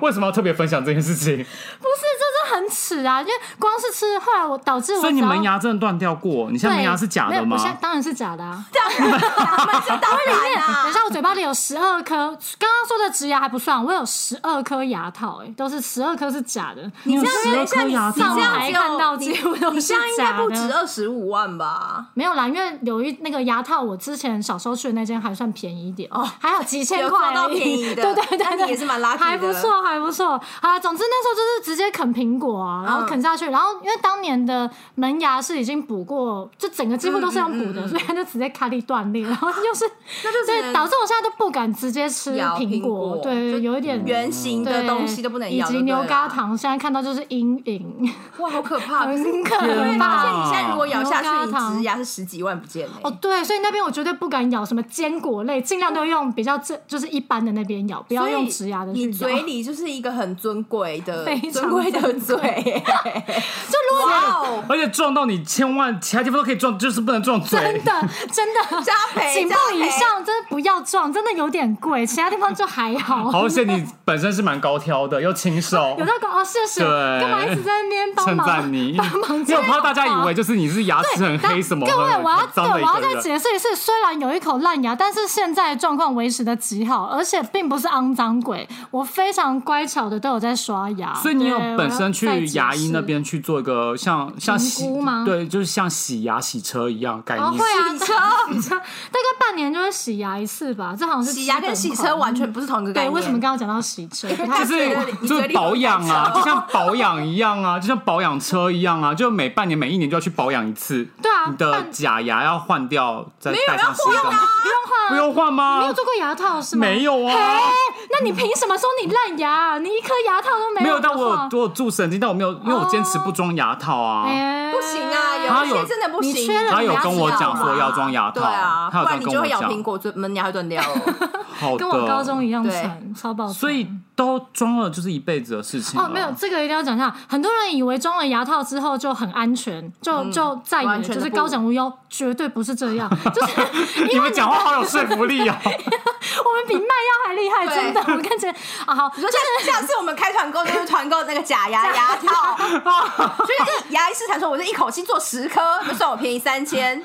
Speaker 2: 为什么要特别分享这件事情？
Speaker 3: 不是，这是很耻啊！因为光是吃，后来我导致 我
Speaker 2: 所以你
Speaker 3: 只要
Speaker 2: 门牙真的断掉过？你现在
Speaker 3: 对
Speaker 2: 门牙是假
Speaker 3: 没有
Speaker 2: 的吗
Speaker 3: 我？现在当然是假的啊！
Speaker 1: 咱们是当然
Speaker 3: 等一
Speaker 1: 啦，
Speaker 3: 下，我嘴巴里有十二颗，刚刚说的植牙还不算，我有十二颗牙套、哎，都是十二颗是假的。
Speaker 2: 你有
Speaker 1: 这
Speaker 2: 十
Speaker 1: 样
Speaker 2: 二
Speaker 1: 等一下你
Speaker 2: 颗牙
Speaker 1: 你这
Speaker 2: 套
Speaker 3: 上
Speaker 1: 样
Speaker 2: 吗？
Speaker 3: 来
Speaker 1: 只有
Speaker 3: 看到
Speaker 1: 你
Speaker 3: 几乎都
Speaker 1: 你
Speaker 3: 是
Speaker 1: 这样应该
Speaker 3: 假的
Speaker 1: 不止二十五万吧？
Speaker 3: 没有啦，因为有一那个牙套，我之前小时候去的那间还算便宜一点，哦，还好几千
Speaker 1: 有
Speaker 3: 块
Speaker 1: 抓到
Speaker 3: 而已
Speaker 1: 便宜的
Speaker 3: 对对对
Speaker 1: 那
Speaker 3: 对，
Speaker 1: 你也是蛮 lucky
Speaker 3: 还不
Speaker 1: 的
Speaker 3: 错，还不错。好啦，总之那时候就是直接啃苹果
Speaker 1: 嗯
Speaker 3: 啊，然后啃下去，然后因为当年的门牙是已经补过，就整个几乎都是用
Speaker 1: 嗯
Speaker 3: 补的，所以它就直接卡里断裂，然后又是
Speaker 1: 那就只
Speaker 3: 对，
Speaker 1: 能
Speaker 3: 导致我现在都不敢直接吃
Speaker 1: 咬苹
Speaker 3: 果
Speaker 1: 果，
Speaker 3: 对，
Speaker 1: 就
Speaker 3: 有一点。
Speaker 1: 圆形
Speaker 3: 对
Speaker 1: 的东西都不能
Speaker 3: 以
Speaker 1: 咬，
Speaker 3: 及
Speaker 1: 就对
Speaker 3: 牛
Speaker 1: 了
Speaker 3: 轧，糖，现在看到就是阴影。
Speaker 1: 哇，好可怕！可是
Speaker 3: 很可怕
Speaker 1: 对而且你现在如果咬下
Speaker 3: 牛轧
Speaker 1: 去，
Speaker 3: 糖
Speaker 1: 你植牙是十几万不见
Speaker 3: 哦
Speaker 1: 欸，
Speaker 3: 对，所以那边我绝对不敢咬什么坚果类，尽量都用比较正，就是一般的那边咬，不要
Speaker 1: 所以
Speaker 3: 用植牙的去
Speaker 1: 你
Speaker 3: 咬。
Speaker 1: 嘴里就是一个很尊贵的
Speaker 3: 非、常
Speaker 1: 尊贵的嘴，
Speaker 3: 就如果
Speaker 1: 哇哦，
Speaker 2: 而且撞到你，千万其他地方都可以撞，就是不能撞嘴
Speaker 3: 真。的真的
Speaker 1: 加赔
Speaker 3: 颈部
Speaker 1: 加赔
Speaker 3: 以上真的不要撞，真的有点贵，其他地方就还好。
Speaker 2: 好险你本身是蛮高挑的，又轻瘦
Speaker 3: 有，那个哦，谢谢，
Speaker 2: 对
Speaker 3: 干嘛一直在那边帮
Speaker 2: 称
Speaker 3: 忙
Speaker 2: 赞你，因
Speaker 3: 帮忙？
Speaker 2: 为我怕大家以为就是你是牙齿很黑什么，
Speaker 3: 各位，
Speaker 2: 很
Speaker 3: 我要对
Speaker 2: 脏的
Speaker 3: 我
Speaker 2: 一个
Speaker 3: 要
Speaker 2: 人
Speaker 3: 再解释一次，虽然有一口烂牙，但是现在状况维持的极好，而且并不是肮脏鬼，我非常乖巧的都有在刷牙。
Speaker 2: 所以你有
Speaker 3: 对
Speaker 2: 本身去牙医那。边去做一个像像洗
Speaker 3: 评估吗
Speaker 2: 对，就是像洗牙洗车一样概
Speaker 3: 我要再
Speaker 2: 念。
Speaker 3: 解释
Speaker 1: 洗车
Speaker 3: 哦，会啊，洗车大概半年就会洗牙一次吧，这好像是
Speaker 1: 洗牙跟洗车完全不是同一个
Speaker 3: 基本款
Speaker 1: 概
Speaker 3: 对。
Speaker 1: 念。
Speaker 3: 为什么刚刚讲到洗 车？不 太
Speaker 2: 就
Speaker 1: 你
Speaker 2: 是
Speaker 1: 觉得你觉
Speaker 2: 就是
Speaker 1: 得你
Speaker 2: 保养啊，
Speaker 1: 很
Speaker 2: 就像保养一样啊，就像保养车一样啊，就每半年每一年就要去保养一次。
Speaker 3: 对啊
Speaker 2: 你的
Speaker 3: 半
Speaker 2: 假牙要换掉，再戴上新
Speaker 1: 要
Speaker 2: 的
Speaker 1: 换。
Speaker 3: 不用换 啊，
Speaker 2: 不用换吗？
Speaker 3: 你没有做过牙套是吗？
Speaker 2: 没有啊
Speaker 3: 嘿那你凭什么说你烂牙啊？你一颗牙套都没
Speaker 2: 没有，
Speaker 3: 的
Speaker 2: 但我
Speaker 3: 话
Speaker 2: 有我有蛀神经，但我没有，因为我坚持
Speaker 3: 哦
Speaker 2: 不装牙套啊。
Speaker 3: 哎
Speaker 1: 不行啊，
Speaker 2: 他
Speaker 1: 有一
Speaker 2: 有
Speaker 1: 些真的不
Speaker 3: 你
Speaker 1: 行。
Speaker 3: 缺了
Speaker 2: 他有
Speaker 3: 牙齿
Speaker 2: 跟我
Speaker 3: 啊
Speaker 2: 讲说
Speaker 3: 嘛
Speaker 2: 要装牙套，
Speaker 1: 对啊，
Speaker 2: 他有
Speaker 1: 不然
Speaker 2: 这样
Speaker 1: 你
Speaker 2: 跟
Speaker 1: 就
Speaker 2: 我
Speaker 1: 会咬
Speaker 2: 讲。
Speaker 1: 苹果，就门牙会断掉 哦。
Speaker 2: 好的，
Speaker 3: 跟我高中一样
Speaker 1: 对
Speaker 3: 惨，超爆惨。
Speaker 2: 所以都装了就是一辈子的事情
Speaker 3: 哦，
Speaker 2: 了
Speaker 3: 没有，这个一定要讲一下。很多人以为装了牙套之后就很安全，就、就再
Speaker 1: 嗯
Speaker 3: 也
Speaker 1: 完全
Speaker 3: 就
Speaker 1: 的
Speaker 3: 是
Speaker 1: 不
Speaker 3: 高枕无忧，绝对不是这样。 就是
Speaker 2: 你们讲话好有说服力哦。
Speaker 3: 我们比卖药还厉害，
Speaker 1: 对
Speaker 3: 真的。我看见啊，好，
Speaker 1: 你说下下次我们开团购就是团购那个假 牙牙套，就是牙医师才说我是一口气做十颗，就算我便宜三千，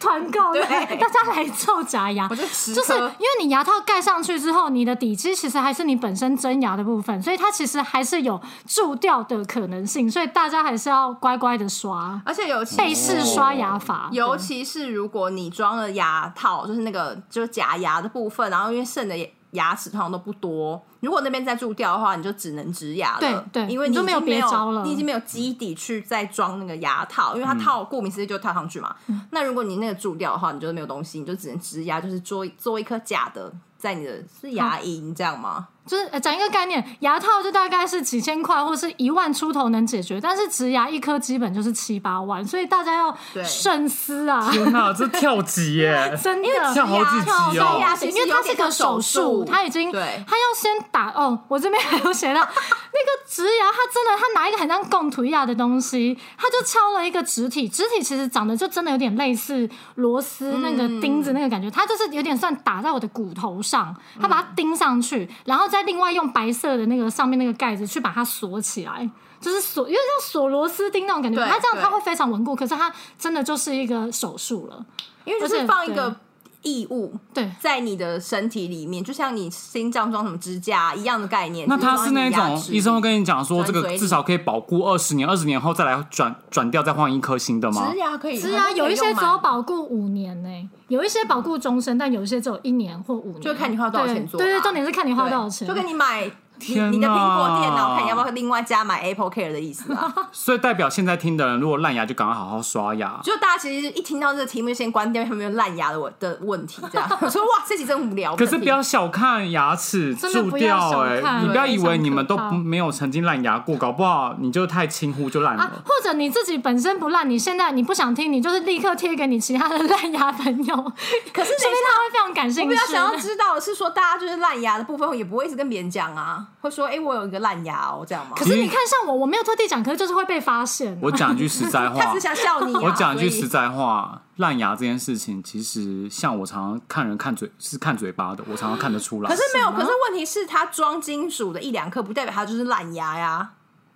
Speaker 3: 团购
Speaker 1: 对
Speaker 3: 大家来凑假牙，
Speaker 1: 我
Speaker 3: 就
Speaker 1: 就是十
Speaker 3: 因
Speaker 1: 颗
Speaker 3: 为你牙套盖上去之后，你的底基其实还是你本身真牙的部分，所以它其实还是有蛀掉的可能性，所以大家还是要乖乖的刷
Speaker 1: 而且尤其
Speaker 2: 哦
Speaker 3: 背式刷牙法，
Speaker 1: 尤其是如果你装了牙套，就是那个就是假牙的部分，然后因为剩的牙齿通常都不多，如果那边再蛀掉的话，你就只能植牙了。
Speaker 3: 对对
Speaker 1: 因为
Speaker 3: 你
Speaker 1: 已经
Speaker 3: 就没
Speaker 1: 没
Speaker 3: 有别招了嗯
Speaker 1: 你已经没有基底去再装那个牙套，因为它套顾名思义就套上去嘛。那如果你那个蛀掉的话，你就没有东西，你就只能植牙，就是做做一颗假的。在你的是
Speaker 3: 啊
Speaker 1: 牙龈这样吗？
Speaker 3: 就是呃讲一个概念，牙套就大概是几千块或是一万出头能解决，但是植牙一颗基本就是七八万，所以大家要
Speaker 1: 对
Speaker 3: 慎思 啊。
Speaker 2: 天哪，这跳级耶！
Speaker 3: 真的，
Speaker 2: 跳好几级
Speaker 1: 跳
Speaker 2: 哦
Speaker 1: 对牙。
Speaker 3: 啊因为它是个手术，它已经，
Speaker 1: 对
Speaker 3: 它要先打哦。我这边还有写到那个植牙，它真的，它拿一个很像贡图亚的东西，它就敲了一个植体，植体其实长得就真的有点类似螺丝那个钉子那个感觉，它就是有点算打在我的骨头上，它把它钉上去，然后再另外用白色的那个上面那个盖子去把它锁起来。就是锁，因为像锁螺丝钉那种感觉，
Speaker 1: 对
Speaker 3: 它这样
Speaker 1: 对
Speaker 3: 它会非常稳固，可是它真的就是一个手术了。
Speaker 1: 因为就
Speaker 3: 而且
Speaker 1: 是放一
Speaker 3: 对
Speaker 1: 个异物
Speaker 3: 对，
Speaker 1: 在你的身体里面，就像你心脏装什么支架一样的概念。
Speaker 2: 那
Speaker 1: 只
Speaker 2: 他
Speaker 1: 装
Speaker 2: 是
Speaker 1: 你
Speaker 2: 那
Speaker 1: 牙
Speaker 2: 种
Speaker 1: 齿
Speaker 2: 医生会跟你讲说，这
Speaker 1: 转
Speaker 2: 个
Speaker 1: 嘴
Speaker 2: 至
Speaker 1: 里
Speaker 2: 少可以保固二十年，二十年后再来转转掉，再换一颗新的吗
Speaker 1: 植？牙可以，
Speaker 3: 是
Speaker 1: 好
Speaker 3: 啊，
Speaker 1: 像
Speaker 3: 有
Speaker 1: 可以
Speaker 3: 一些
Speaker 1: 用
Speaker 3: 只
Speaker 1: 蛮
Speaker 3: 有保固五年呢、有一些保固终身，但有一些只有一年或五年，
Speaker 1: 就看你花多少钱做
Speaker 3: 对对
Speaker 1: 啦
Speaker 3: 对，重点是看你花
Speaker 1: 对
Speaker 3: 多少钱。
Speaker 1: 就跟你买你
Speaker 2: 天
Speaker 1: 你的苹
Speaker 2: 哪
Speaker 1: 果电脑，看你要不要另外加买 Apple Care 的意思 啊。
Speaker 2: 所以代表现在听的人，如果烂牙就赶快好好刷牙。
Speaker 1: 就大家其实一听到这个题目就先关掉，因为他们有烂牙的我的问题， 这样我说哇，这集真无聊。
Speaker 2: 可是
Speaker 1: 能
Speaker 2: 不要小看牙齿
Speaker 3: 真的
Speaker 2: 蛀
Speaker 3: 不要
Speaker 2: 掉、
Speaker 3: 小
Speaker 2: 哎，
Speaker 3: 看
Speaker 2: 你不要
Speaker 3: 对
Speaker 2: 以为你们都
Speaker 3: 非常
Speaker 2: 不
Speaker 3: 可怕
Speaker 2: 没有曾经烂牙过，搞不好你就太轻忽就烂
Speaker 3: 啊
Speaker 2: 了，。
Speaker 3: 或者你自己本身不烂，你现在你不想听，你就是立刻贴给你其他的烂牙朋友，
Speaker 1: 可 是
Speaker 3: 说
Speaker 1: 等
Speaker 3: 明
Speaker 1: 一
Speaker 3: 他会非常感
Speaker 1: 下，我
Speaker 3: 兴
Speaker 1: 比
Speaker 3: 趣
Speaker 1: 较。想 要知道的是说，大家就是烂牙的部分也不会一直跟别人讲啊，会说哎、诶我有一个烂牙哦，这样吗？
Speaker 3: 可
Speaker 2: 其
Speaker 3: 是
Speaker 2: 实
Speaker 3: 你看，像我，我没有特地讲，可是就是会被发现。
Speaker 2: 我讲一句实在话
Speaker 1: 他只，想笑你、啊。
Speaker 2: 我讲一句
Speaker 1: 所以
Speaker 2: 实在话，烂牙这件事情，其实像我常常看人看嘴是看嘴巴的，我常常看得出来。
Speaker 1: 可是没有，
Speaker 3: 什么
Speaker 1: 可是问题是，它装金属的一两克，不代表它就是烂牙呀。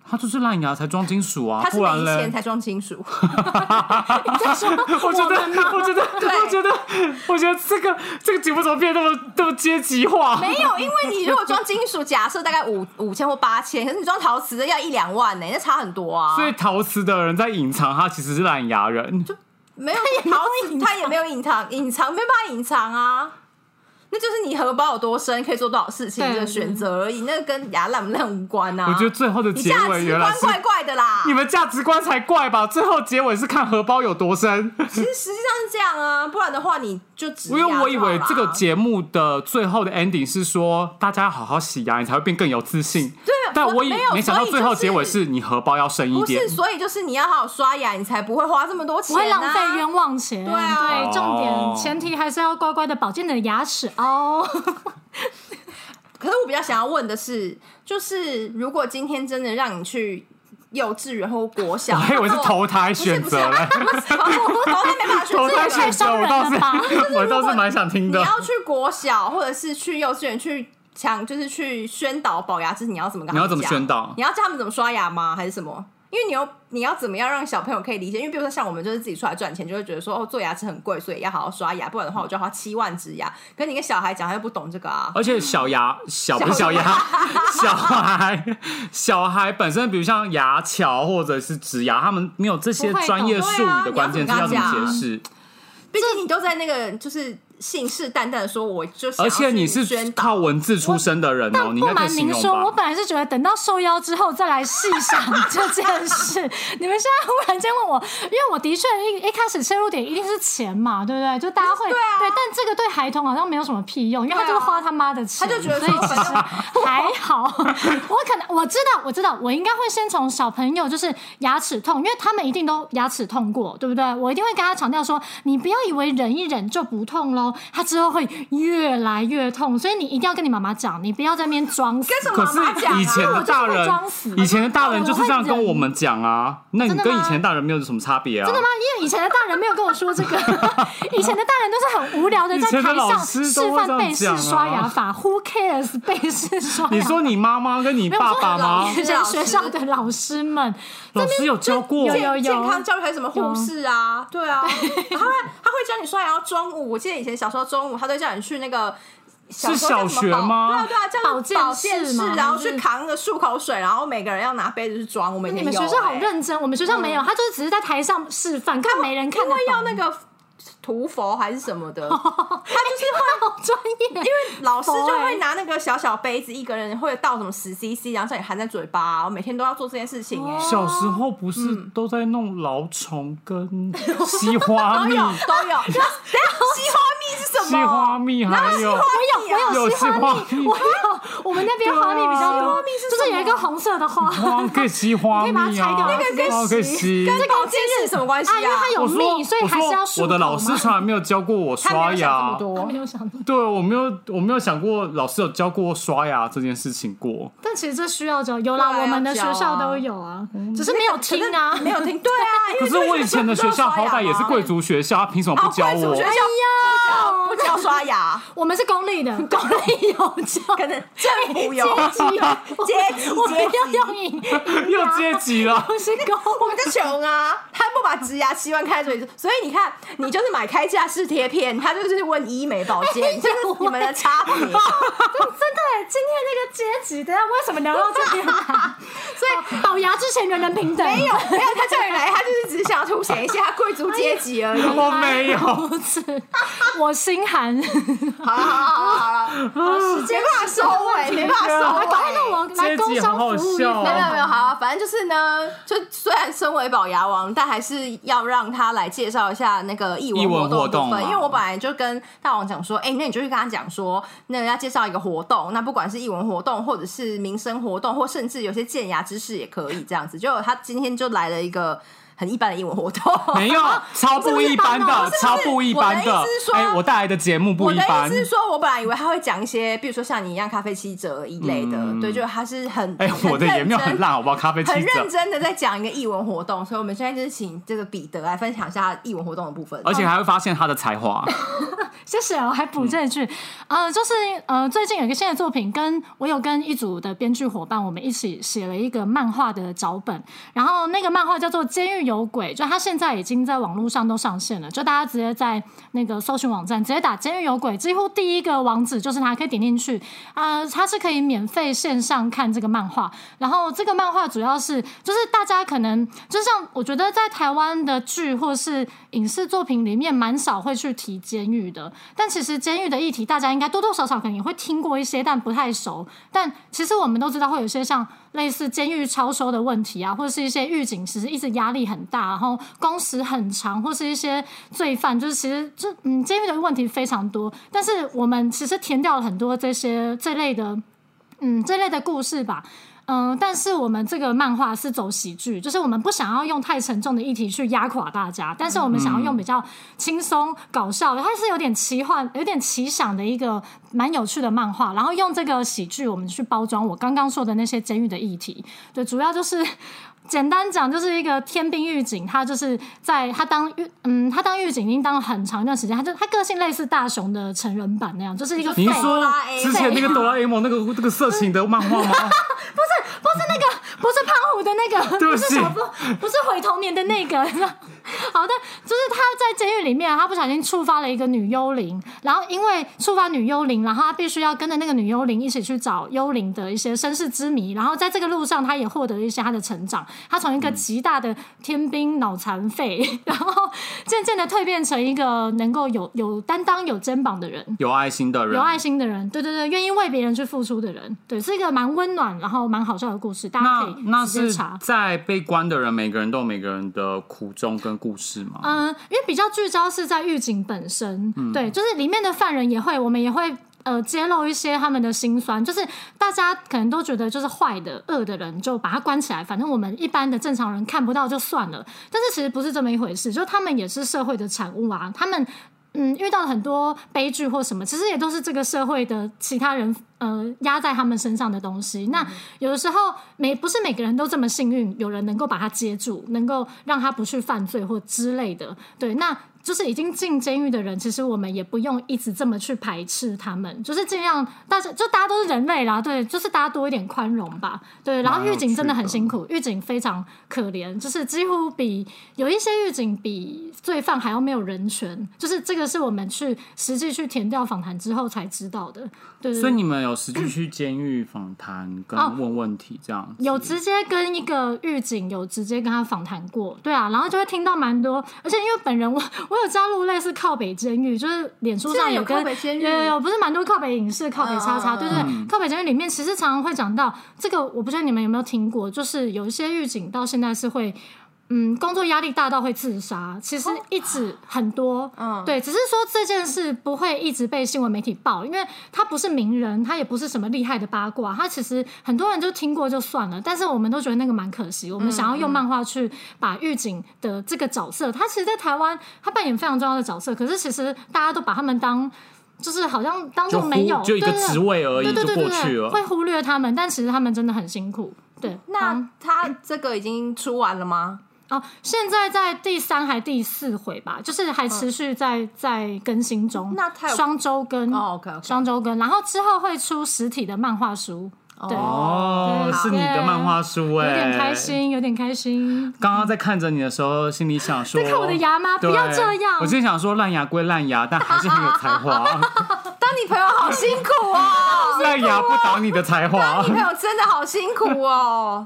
Speaker 2: 它就是烂牙才装金属啊
Speaker 1: 它，是
Speaker 2: 不然
Speaker 1: 没
Speaker 2: 嘞
Speaker 1: 钱。才装金属，
Speaker 3: 你在说
Speaker 2: 我觉
Speaker 3: 我
Speaker 2: 得
Speaker 3: 们吗，？
Speaker 2: 我觉得，我觉得，我觉得这个这个节目怎么变得那么那么阶级化？
Speaker 1: 没有，因为你如果装金属，假设大概五五千或八千，可是你装陶瓷的要一两万呢、那差很多啊。
Speaker 2: 所以陶瓷的人在隐藏他其实是烂牙人，
Speaker 1: 没有，陶瓷 它也没有隐藏，隐藏没办法隐藏啊。那就是你荷包有多深，可以做多少事情
Speaker 3: 对
Speaker 1: 的选择而已，那跟牙烂不烂无关啊。
Speaker 2: 我觉得最后的
Speaker 1: 你
Speaker 2: 结
Speaker 1: 价
Speaker 2: 尾
Speaker 1: 值
Speaker 2: 原来
Speaker 1: 观
Speaker 2: 是
Speaker 1: 怪怪的啦。
Speaker 2: 你们价值观才怪吧？最后结尾是看荷包有多深，
Speaker 1: 其实实际上是这样啊，不然的话你就只
Speaker 2: 因为我以为这个节目的最后的 ending 是说大家要好好洗牙，你才会变更有自信。
Speaker 1: 对，
Speaker 2: 但
Speaker 1: 所
Speaker 2: 我以
Speaker 1: 没有
Speaker 2: 没想到
Speaker 1: 所以
Speaker 2: 最后
Speaker 1: 就是
Speaker 2: 结尾是你荷包要深一
Speaker 1: 不
Speaker 2: 点
Speaker 1: 是，，所以就是你要好好刷牙，你才不会花这么多
Speaker 3: 不
Speaker 1: 钱、啊，
Speaker 3: 会浪费冤枉钱，
Speaker 1: 对啊
Speaker 3: 对重
Speaker 2: 哦
Speaker 3: 点前提还是要乖乖的保健你的牙齿哦。
Speaker 1: 可是我比较想要问的是，就是如果今天真的让你去幼稚园或国小，
Speaker 2: 我还以为是
Speaker 1: 然后
Speaker 2: 投胎
Speaker 1: 不是
Speaker 2: 选择嘞，
Speaker 1: 不是，不是投胎没办法选
Speaker 2: 投
Speaker 1: 择
Speaker 2: 胎
Speaker 3: 也太
Speaker 2: 选择
Speaker 3: 伤
Speaker 2: 我
Speaker 3: 人
Speaker 2: 倒是
Speaker 3: 了吧
Speaker 2: 我倒是蛮想听
Speaker 1: 你
Speaker 2: 的。
Speaker 1: 要去国小或者是去幼稚园去强，就是去宣导保牙知识，你要怎么跟他们
Speaker 2: 你要怎么
Speaker 1: 讲
Speaker 2: 宣导
Speaker 1: 你要教他们怎么刷牙吗？还是什么？因为你要你要怎么样让小朋友可以理解？因为比如说像我们就是自己出来赚钱，就会觉得说哦，做牙齿很贵，所以要好好刷牙，不然的话我就要花七万植牙。可是你跟小孩讲，他又不懂这个啊。
Speaker 2: 而且小牙小不是小
Speaker 1: 小
Speaker 2: 牙 小孩小孩本身，比如像牙桥或者是植牙，他们没有这些
Speaker 3: 不会懂
Speaker 2: 专业术语的关键字，
Speaker 1: 对啊
Speaker 2: 要
Speaker 1: 你
Speaker 2: 怎
Speaker 1: 要
Speaker 2: 么
Speaker 1: 怎么
Speaker 2: 解释？
Speaker 1: 毕竟你都在那个就是信誓旦旦的说，我就
Speaker 3: 啊
Speaker 1: 想
Speaker 2: 而
Speaker 1: 要
Speaker 2: 且你
Speaker 1: 去
Speaker 2: 是
Speaker 1: 宣
Speaker 2: 靠
Speaker 1: 导。
Speaker 2: 文字出身的人哦、你应
Speaker 3: 不
Speaker 2: 该可以
Speaker 3: 瞒
Speaker 2: 形
Speaker 3: 您
Speaker 2: 容
Speaker 3: 说，我
Speaker 2: 吧？
Speaker 3: 本来是觉得等到受邀之后再来细想这件事。 你们现在忽然间问我，因为我的确一一开始切入点一定是钱嘛，对不对？就大家会
Speaker 1: 对啊
Speaker 3: 但这个对孩童好像没有什么屁用，因为他
Speaker 1: 对啊
Speaker 3: 就是花他妈的钱，
Speaker 1: 他就觉得
Speaker 3: 所以
Speaker 1: 说
Speaker 3: 其
Speaker 1: 反
Speaker 3: 实
Speaker 1: 正
Speaker 3: 还好。我可能我知道，我知道，我应该会先从小朋友就是牙齿痛，因为他们一定都牙齿痛过，对不对？我一定会跟他强调说，你不要以为忍一忍就不痛喽，他之后会越来越痛，所以你一定要跟你妈妈讲，你不要在那 边装死。
Speaker 1: 跟什么
Speaker 2: 可
Speaker 1: 妈妈讲啊？
Speaker 2: 是以前的大
Speaker 3: 我就是会
Speaker 2: 人
Speaker 3: 装死，
Speaker 2: 以前的大人就是这样
Speaker 3: 我会
Speaker 2: 跟
Speaker 3: 忍
Speaker 2: 我们讲啊。那你
Speaker 3: 真的
Speaker 2: 跟
Speaker 3: 吗
Speaker 2: 以前的大人没有什么差别啊？
Speaker 3: 真的吗？因为以前的大人没有跟我说这 个，以前的大人都是很无聊的，
Speaker 2: 以
Speaker 3: 在
Speaker 2: 前的
Speaker 3: 台
Speaker 2: 老
Speaker 3: 上
Speaker 2: 师
Speaker 3: 示
Speaker 2: 都会这样讲啊
Speaker 3: 范背式刷牙法。Who cares 背式刷牙法？
Speaker 2: 你说你妈妈跟你
Speaker 3: 没有
Speaker 2: 爸爸
Speaker 1: 老
Speaker 2: 吗
Speaker 1: 师？
Speaker 3: 以前学校的老师们，
Speaker 2: 老师有教过
Speaker 3: 有
Speaker 1: 健
Speaker 3: 有
Speaker 1: 健康教育还有什么护
Speaker 3: 有
Speaker 1: 士啊？对 啊，然后他他会教你刷牙要中午。我记得以前小时候中午，他都会叫你去那个。
Speaker 2: 是
Speaker 1: 时候叫
Speaker 2: 小
Speaker 1: 什么
Speaker 2: 学
Speaker 1: 保
Speaker 2: 吗
Speaker 1: 对啊对啊，叫
Speaker 3: 保健
Speaker 1: 保
Speaker 3: 室
Speaker 1: 健
Speaker 3: 吗
Speaker 1: 室，然后
Speaker 3: 还是
Speaker 1: 去扛个漱口水，然后每个人要拿杯子去装。我们以
Speaker 3: 你
Speaker 1: 前
Speaker 3: 们学
Speaker 1: 有
Speaker 3: 校好
Speaker 1: 欸嗯
Speaker 3: 认真，我们学校没有，他就是只是在台上示范，看没人看得
Speaker 1: 因为要
Speaker 3: 懂，
Speaker 1: 那个涂佛还是什么 的，他就是会
Speaker 3: 好专业。因为
Speaker 1: 老师就
Speaker 3: 佛
Speaker 1: 会
Speaker 3: 欸
Speaker 1: 拿那个小小杯子，一个人会倒什么十 CC，然后叫你含在嘴巴啊。我每天都要做这件事情
Speaker 3: 哦
Speaker 1: 哎，
Speaker 2: 小时候不是
Speaker 3: 嗯
Speaker 2: 都在弄老虫 跟西花
Speaker 1: 都
Speaker 2: 蜜
Speaker 1: 有？
Speaker 3: 嗯
Speaker 1: 都有。等一下西花蜜是什么？
Speaker 2: 西花蜜还有
Speaker 1: 我有
Speaker 3: 我有
Speaker 2: 有
Speaker 3: 西花
Speaker 2: 西花
Speaker 3: 蜜，我有，我们那边花蜜比较
Speaker 2: 对啊西
Speaker 3: 多
Speaker 2: 花，
Speaker 3: 就是有一个红色的 花，
Speaker 1: 啊
Speaker 2: 哇，可以吸花
Speaker 3: 你可以把它
Speaker 2: 蜜
Speaker 3: 拆掉
Speaker 2: 啊，
Speaker 3: 那个跟
Speaker 2: 哦可以
Speaker 3: 洗
Speaker 2: 吸。
Speaker 1: 跟保健室什么关系
Speaker 3: 啊，因为它有
Speaker 2: 我说，
Speaker 3: 蜜，所以
Speaker 2: 我
Speaker 3: 还是
Speaker 2: 说
Speaker 3: 要漱
Speaker 2: 我的老
Speaker 3: 口
Speaker 2: 师
Speaker 3: 嘛
Speaker 2: 从来没有教过我
Speaker 1: 他没
Speaker 2: 刷
Speaker 1: 有想这
Speaker 2: 牙
Speaker 1: 么，多
Speaker 3: 他没有想到。
Speaker 2: 对我没有，我没有想过老师有教过我刷牙这件事情过。
Speaker 3: 但其实这需要教，有啦，
Speaker 1: 对啊
Speaker 3: 我们的学
Speaker 1: 要教
Speaker 3: 校
Speaker 1: 啊
Speaker 3: 都有啊，只是没有听啊，
Speaker 1: 没有听，对 啊。因
Speaker 2: 可
Speaker 1: 为
Speaker 2: 是我以前的学校好歹也是贵族学校，他凭什么
Speaker 1: 哦
Speaker 2: 不教
Speaker 1: 贵族
Speaker 2: 我
Speaker 1: 学？校
Speaker 3: 哎呀，
Speaker 1: 不教刷 牙，
Speaker 3: 我们是公立的，公立有教，
Speaker 1: 可能政府 有，啊
Speaker 3: 阶级有
Speaker 1: 阶级
Speaker 3: 我们
Speaker 1: 阶级
Speaker 3: 要用赢，
Speaker 2: 又阶级了。
Speaker 3: 不是
Speaker 1: 我
Speaker 3: 公
Speaker 1: 们就穷啊，他不把植牙器官开所以所以你看，你就是买开架式贴片，他就是问医美保健，这是你们的差别。
Speaker 3: 真的耶，今天那个阶级，等一下为什么聊到这 边来？所以保牙之前人人平等，
Speaker 1: 没有没有，他这里来，他就是只是想要凸显一下贵族阶级而已。
Speaker 2: 我没有
Speaker 3: 不是，我心 寒。
Speaker 1: 好了好了好了好了，
Speaker 3: 时
Speaker 1: 没办法收尾，啊没办法收尾。
Speaker 3: 搞那我来工商服务
Speaker 2: 阶级很好笑
Speaker 1: 没有没有
Speaker 2: 哦
Speaker 1: 没有，好、啊，反正就是呢，就虽然身为保牙王，但还是要让他来介绍一下那个译
Speaker 2: 艺
Speaker 1: 文
Speaker 2: 文
Speaker 1: 活动
Speaker 2: 活
Speaker 1: 的部
Speaker 2: 动
Speaker 1: 分，因
Speaker 2: 啊
Speaker 1: 为我本来就跟大王讲说，哎、那你就去跟他讲说，那要介绍一个活动，那不管是译文活动，或者是民生活动，或甚至有些健牙知识也可以这样子。就他今天就来了一个很一般的英文活动，
Speaker 2: 没有，超不一般
Speaker 3: 不
Speaker 2: 的，
Speaker 1: 是
Speaker 2: 超不一
Speaker 1: 我
Speaker 2: 般的
Speaker 1: 的意思是。说
Speaker 2: 哎、我带来的节目 不
Speaker 1: 我
Speaker 2: 一
Speaker 1: 的意
Speaker 2: 般
Speaker 1: 思。是说，我本来以为他会讲一些，比如说像你一样咖啡七折一类的，
Speaker 2: 嗯
Speaker 1: 对，就他是很
Speaker 2: 哎、我的也没
Speaker 1: 认
Speaker 2: 有
Speaker 1: 真
Speaker 2: 很烂，好不好？咖啡 七
Speaker 1: 很认
Speaker 2: 折，
Speaker 1: 真的在讲一个译文活动，所以我们现在就是请这个彼得来分享一下译文活动的部分。哦
Speaker 2: 而且还会发现他的才华。
Speaker 3: 谢谢哦，还补这一句，
Speaker 1: 嗯
Speaker 3: 呃，就是呃，最近有一个新的作品，跟我有跟一组的编剧伙伴，我们一起写了一个漫画的脚本，然后那个漫画叫做《监狱有鬼》，就它现在已经在网络上都上线了，就大家直接在那个搜寻网站直接打“监狱有鬼”，几乎第一个网址就是它，可以点进去，呃，它是可以免费线上看这个漫画，然后这个漫画主要是就是大家可能就像我觉得在台湾的剧或是影视作品里面蛮少会去提监狱的，但其实监狱的议题，大家应该多多少少可能也会听过一些，但不太熟。但其实我们都知道会有一些像类似监狱超收的问题啊，或者是一些狱警其实一直压力很大，然后工时很长，或是一些罪犯，就是其实这嗯监狱的问题非常多。但是我们其实填掉了很多这些这类的嗯这类的故事吧。嗯，但是我们这个漫画是走喜剧，就是我们不想要用太沉重的议题去压垮大家，但是我们想要用比较轻松搞笑的，它是有点奇幻、有点奇想的一个蛮有趣的漫画，然后用这个喜剧我们去包装我刚刚说的那些监狱的议题，对，主要就是。简单讲，就是一个天兵狱警，他就是在他当狱，嗯，他当狱警已经当了很长一段时间，他就他个性类似大雄的成人版那样，就是一个
Speaker 2: 你是
Speaker 3: 废
Speaker 2: 说
Speaker 1: 啦 A
Speaker 2: 之前那个哆啦 A 梦那个那个色情的漫画吗？
Speaker 3: 不是那个，不是胖虎的那个，
Speaker 2: 对不
Speaker 3: 不
Speaker 2: 起
Speaker 3: 是小布，不是毁童年的那个。 好的，就是他在监狱里面，他不小心触发了一个女幽灵，然后因为触发女幽灵，然后他必须要跟着那个女幽灵一起去找幽灵的一些身世之谜，然后在这个路上，他也获得了一些他的成长。他从一个极大的天兵脑残废， 然后渐渐的蜕变成一个能够有有担当、有肩膀的人。
Speaker 2: 有爱心的人，
Speaker 3: 有爱心的人，对对对，愿意为别人去付出的人，对，是一个蛮温暖，然后蛮好笑的故事，大家
Speaker 2: 那
Speaker 3: 可
Speaker 2: 那
Speaker 3: 以直接
Speaker 2: 是
Speaker 3: 查。
Speaker 2: 在被关的人，每个人都有每个人的苦衷跟故事嘛。
Speaker 3: 嗯，因为比较聚焦是在狱警本身，
Speaker 2: 嗯
Speaker 3: 对，就是里面的犯人也会，我们也会。呃，揭露一些他们的辛酸，就是大家可能都觉得就是坏的、恶的人就把他关起来，反正我们一般的正常人看不到就算了。但是其实不是这么一回事，就他们也是社会的产物啊，他们嗯，遇到很多悲剧或什么，其实也都是这个社会的其他人呃压在他们身上的东西。那有的时候每不是每个人都这么幸运，有人能够把他接住，能够让他不去犯罪或之类的。对，那就是已经进监狱的人，其实我们也不用一直这么去排斥他们，就是尽量大家就大家都是人类啦，对，就是大家多一点宽容吧。对，然后
Speaker 2: 蛮有
Speaker 3: 狱警真的很
Speaker 2: 趣的
Speaker 3: 辛苦，狱警非常可怜，就是几乎比有一些狱警比罪犯还要没有人权，就是这个是我们去实际去填掉访谈之后才知道的。对对
Speaker 2: 所以
Speaker 3: 对，
Speaker 2: 你们有实际去监狱访谈跟
Speaker 3: 哦
Speaker 2: 问问题这样子？
Speaker 3: 有直接跟一个狱警有直接跟他访谈过，对啊，然后就会听到蛮多，而且因为本人我我有加入类似靠北监狱，就是脸书
Speaker 1: 现在
Speaker 3: 上
Speaker 1: 有
Speaker 3: 跟
Speaker 1: 靠北监狱
Speaker 3: 有有有不是蛮多靠北影视、靠北叉叉，
Speaker 1: 嗯嗯嗯
Speaker 3: 对对对，靠北监狱里面其实常常会讲到这个，我不知道你们有没有听过，就是有一些狱警到现在是会。嗯，工作压力大到会自杀，其实一直很多，
Speaker 1: 嗯
Speaker 3: 对，只是说这件事不会一直被新闻媒体报，因为他不是名人，他也不是什么厉害的八卦，他其实很多人就听过就算了，但是我们都觉得那个蛮可惜，我
Speaker 1: 嗯
Speaker 3: 们想要用漫画去把狱警的这个角色，他其实，在台湾他扮演非常重要的角色，可是其实大家都把他们当。就是好像当
Speaker 2: 就
Speaker 3: 做没有，
Speaker 2: 忽就一个
Speaker 3: 对对对
Speaker 2: 职位而已
Speaker 3: 对
Speaker 2: 就
Speaker 3: 对对对
Speaker 2: 过去
Speaker 3: 对，
Speaker 2: 了。
Speaker 3: 会忽略他们，但其实他们真的很辛苦。对，
Speaker 1: 那他这个已经出完了吗？
Speaker 3: 哦，现在在第三还第四回吧，就是还持续在、在更新中。
Speaker 1: 那它有
Speaker 3: 双周
Speaker 2: 嗯
Speaker 3: 更
Speaker 1: 哦，OK，OK
Speaker 3: 双周更，然后之后会出实体的漫画书。对，
Speaker 2: 哦，
Speaker 3: 对
Speaker 2: 是你的漫画书哎、
Speaker 3: 有点开。心，有点开心。
Speaker 2: 刚刚在看着你的时候，心里想说：“
Speaker 3: 在看我的牙吗不要
Speaker 2: 对
Speaker 3: 这样
Speaker 2: 我之前想说烂牙归烂牙，但还是很有才 华。
Speaker 1: 当你朋友好辛苦 哦，
Speaker 2: 烂牙不倒你的才华
Speaker 1: 当你。朋友真的好辛苦哦。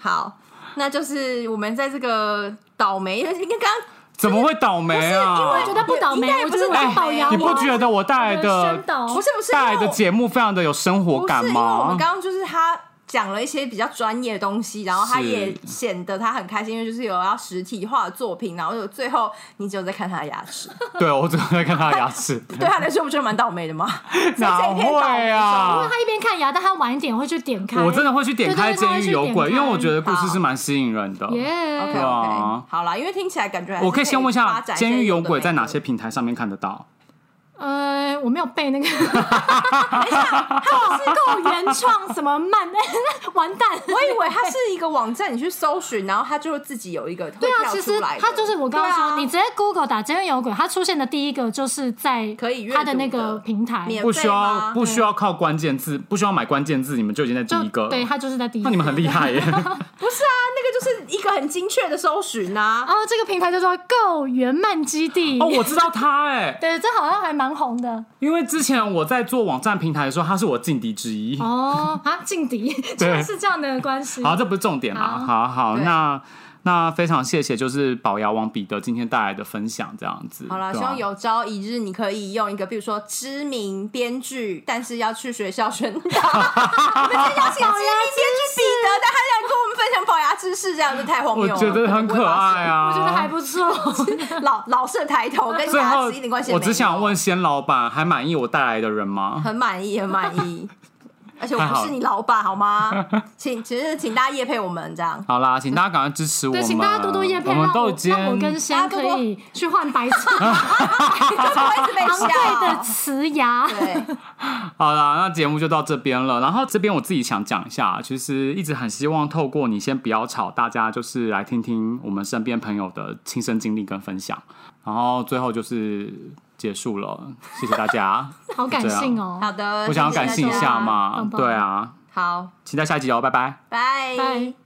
Speaker 1: 好，那就是我们在这个倒霉，因为刚刚
Speaker 2: 怎么会倒霉啊？
Speaker 1: 不是因为
Speaker 3: 我觉得不倒霉
Speaker 1: 应该，也
Speaker 3: 我
Speaker 1: 不
Speaker 3: 觉
Speaker 1: 是
Speaker 3: 得我是
Speaker 1: 倒
Speaker 3: 龅
Speaker 1: 霉
Speaker 3: 牙
Speaker 1: 啊
Speaker 2: 哎你
Speaker 3: 王，
Speaker 2: 不觉得我带来
Speaker 3: 我
Speaker 2: 的
Speaker 3: 宣导
Speaker 1: 不是不是
Speaker 2: 带来
Speaker 1: 因为
Speaker 2: 的
Speaker 1: 我
Speaker 2: 节目非常的有生活
Speaker 1: 不
Speaker 2: 感
Speaker 1: 是因为我
Speaker 2: 吗
Speaker 1: 们？刚刚就是他讲了一些比较专业的东西，然后他
Speaker 2: 是
Speaker 1: 也显得他很开心，因为就是有要实体化的作品，然后有最后你只有在看他的牙齿，
Speaker 2: 对，我只会看他的牙齿，
Speaker 1: 对他来说不就蛮倒霉的吗？
Speaker 2: 哪会
Speaker 3: 因
Speaker 2: 啊
Speaker 3: 为？他一边看牙，但他晚一点会去点开。
Speaker 2: 我真的会去点开《
Speaker 3: 对对对
Speaker 2: 监狱有
Speaker 3: 他会
Speaker 2: 鬼》，
Speaker 3: 去
Speaker 2: 因
Speaker 3: 点开
Speaker 2: 为我觉得故事是蛮吸引人的。
Speaker 3: 耶
Speaker 1: OK
Speaker 2: 对
Speaker 1: OK，
Speaker 2: 啊
Speaker 1: 好啦，因为听起来感觉还是
Speaker 2: 我可以先问一
Speaker 1: 发
Speaker 2: 下，
Speaker 1: 展一
Speaker 2: 《
Speaker 1: 些
Speaker 2: 监狱有鬼》
Speaker 1: 的没的
Speaker 2: 在哪些？平台上面看得到？
Speaker 3: 呃，我没有背 那个，
Speaker 1: 哎
Speaker 3: 他是够原创什么漫， 完蛋！
Speaker 1: 我以为它是一个网站，你去搜寻，然后它就会自己有一个对
Speaker 3: 对啊，其实他就是我刚刚
Speaker 1: 啊
Speaker 3: 说，你直接 Google 打“监狱有鬼”，他出现的第一个就是在
Speaker 1: 可以阅读
Speaker 3: 他的那个
Speaker 1: 的
Speaker 3: 平台，
Speaker 1: 免
Speaker 2: 不需
Speaker 1: 免费吗
Speaker 2: 要，不需要靠关键字，不需要买关键字，你们就已经在第一个
Speaker 3: 就
Speaker 2: 了。
Speaker 3: 对他就是在第一
Speaker 2: 那
Speaker 3: 个。
Speaker 2: 你们很厉害耶！
Speaker 1: 不是啊，那个就是一个很精确的搜寻啊。
Speaker 3: 哦，这个平台叫做“够圆漫基地”。
Speaker 2: 哦，我知道他哎，
Speaker 3: 对，这好像还蛮红的
Speaker 2: 因为之前我在做网站平台的时候，他是我劲敌之一。
Speaker 3: 哦啊，劲敌就是这样的关系。
Speaker 2: 好，这不是重点啦。好好，
Speaker 1: 对
Speaker 2: 那那非常谢谢，就是宝牙王彼得今天带来的分享，这样子。
Speaker 1: 好啦，
Speaker 2: 对
Speaker 1: 希
Speaker 2: 啊吧
Speaker 1: 望有朝一日你可以用一个，比如说知名编剧，但是要去学校 宣导。我们今天邀请知名编剧彼得，但他想跟我们分享保牙知识，这样就太荒
Speaker 2: 我
Speaker 1: 谬了。
Speaker 2: 觉得很可爱啊，
Speaker 3: 我觉得还不错。
Speaker 1: 老老是抬头，跟
Speaker 2: 最
Speaker 1: 牙
Speaker 2: 后
Speaker 1: 齿一点关系也
Speaker 2: 我
Speaker 1: 没有。
Speaker 2: 只想问仙老板，还满意我带来的人吗？
Speaker 1: 很满意，很满 意。而且我
Speaker 2: 太好
Speaker 1: 不
Speaker 2: 了
Speaker 1: 是你老板，好吗？请，其实请大家夜配我们这 样。
Speaker 2: 好啦，请大家赶快支持我
Speaker 3: 对，
Speaker 2: 们，
Speaker 3: 请大家多多夜配，
Speaker 2: 我
Speaker 3: 让
Speaker 2: 们都
Speaker 3: 我
Speaker 2: 已经
Speaker 3: 让我跟仙可以去换白色
Speaker 1: 就不会一直被
Speaker 3: 昂贵的
Speaker 1: 笑。
Speaker 3: 瓷牙。
Speaker 1: 对，
Speaker 2: 好啦，那节目就到这边了。然后这边我自己想讲一下，其实一直很希望透过你先不要吵，大家就是来听听我们身边朋友的亲身经历跟分享。然后最后就是结束了，谢谢大家。
Speaker 3: 好感性哦。
Speaker 1: 好的，
Speaker 2: 我想要
Speaker 1: 谢谢
Speaker 2: 感
Speaker 1: 大
Speaker 2: 性一
Speaker 1: 家
Speaker 2: 下嘛
Speaker 3: 棒，棒
Speaker 2: 对啊，
Speaker 1: 好，
Speaker 2: 期待下一集哦，拜拜。
Speaker 1: 拜
Speaker 3: 拜。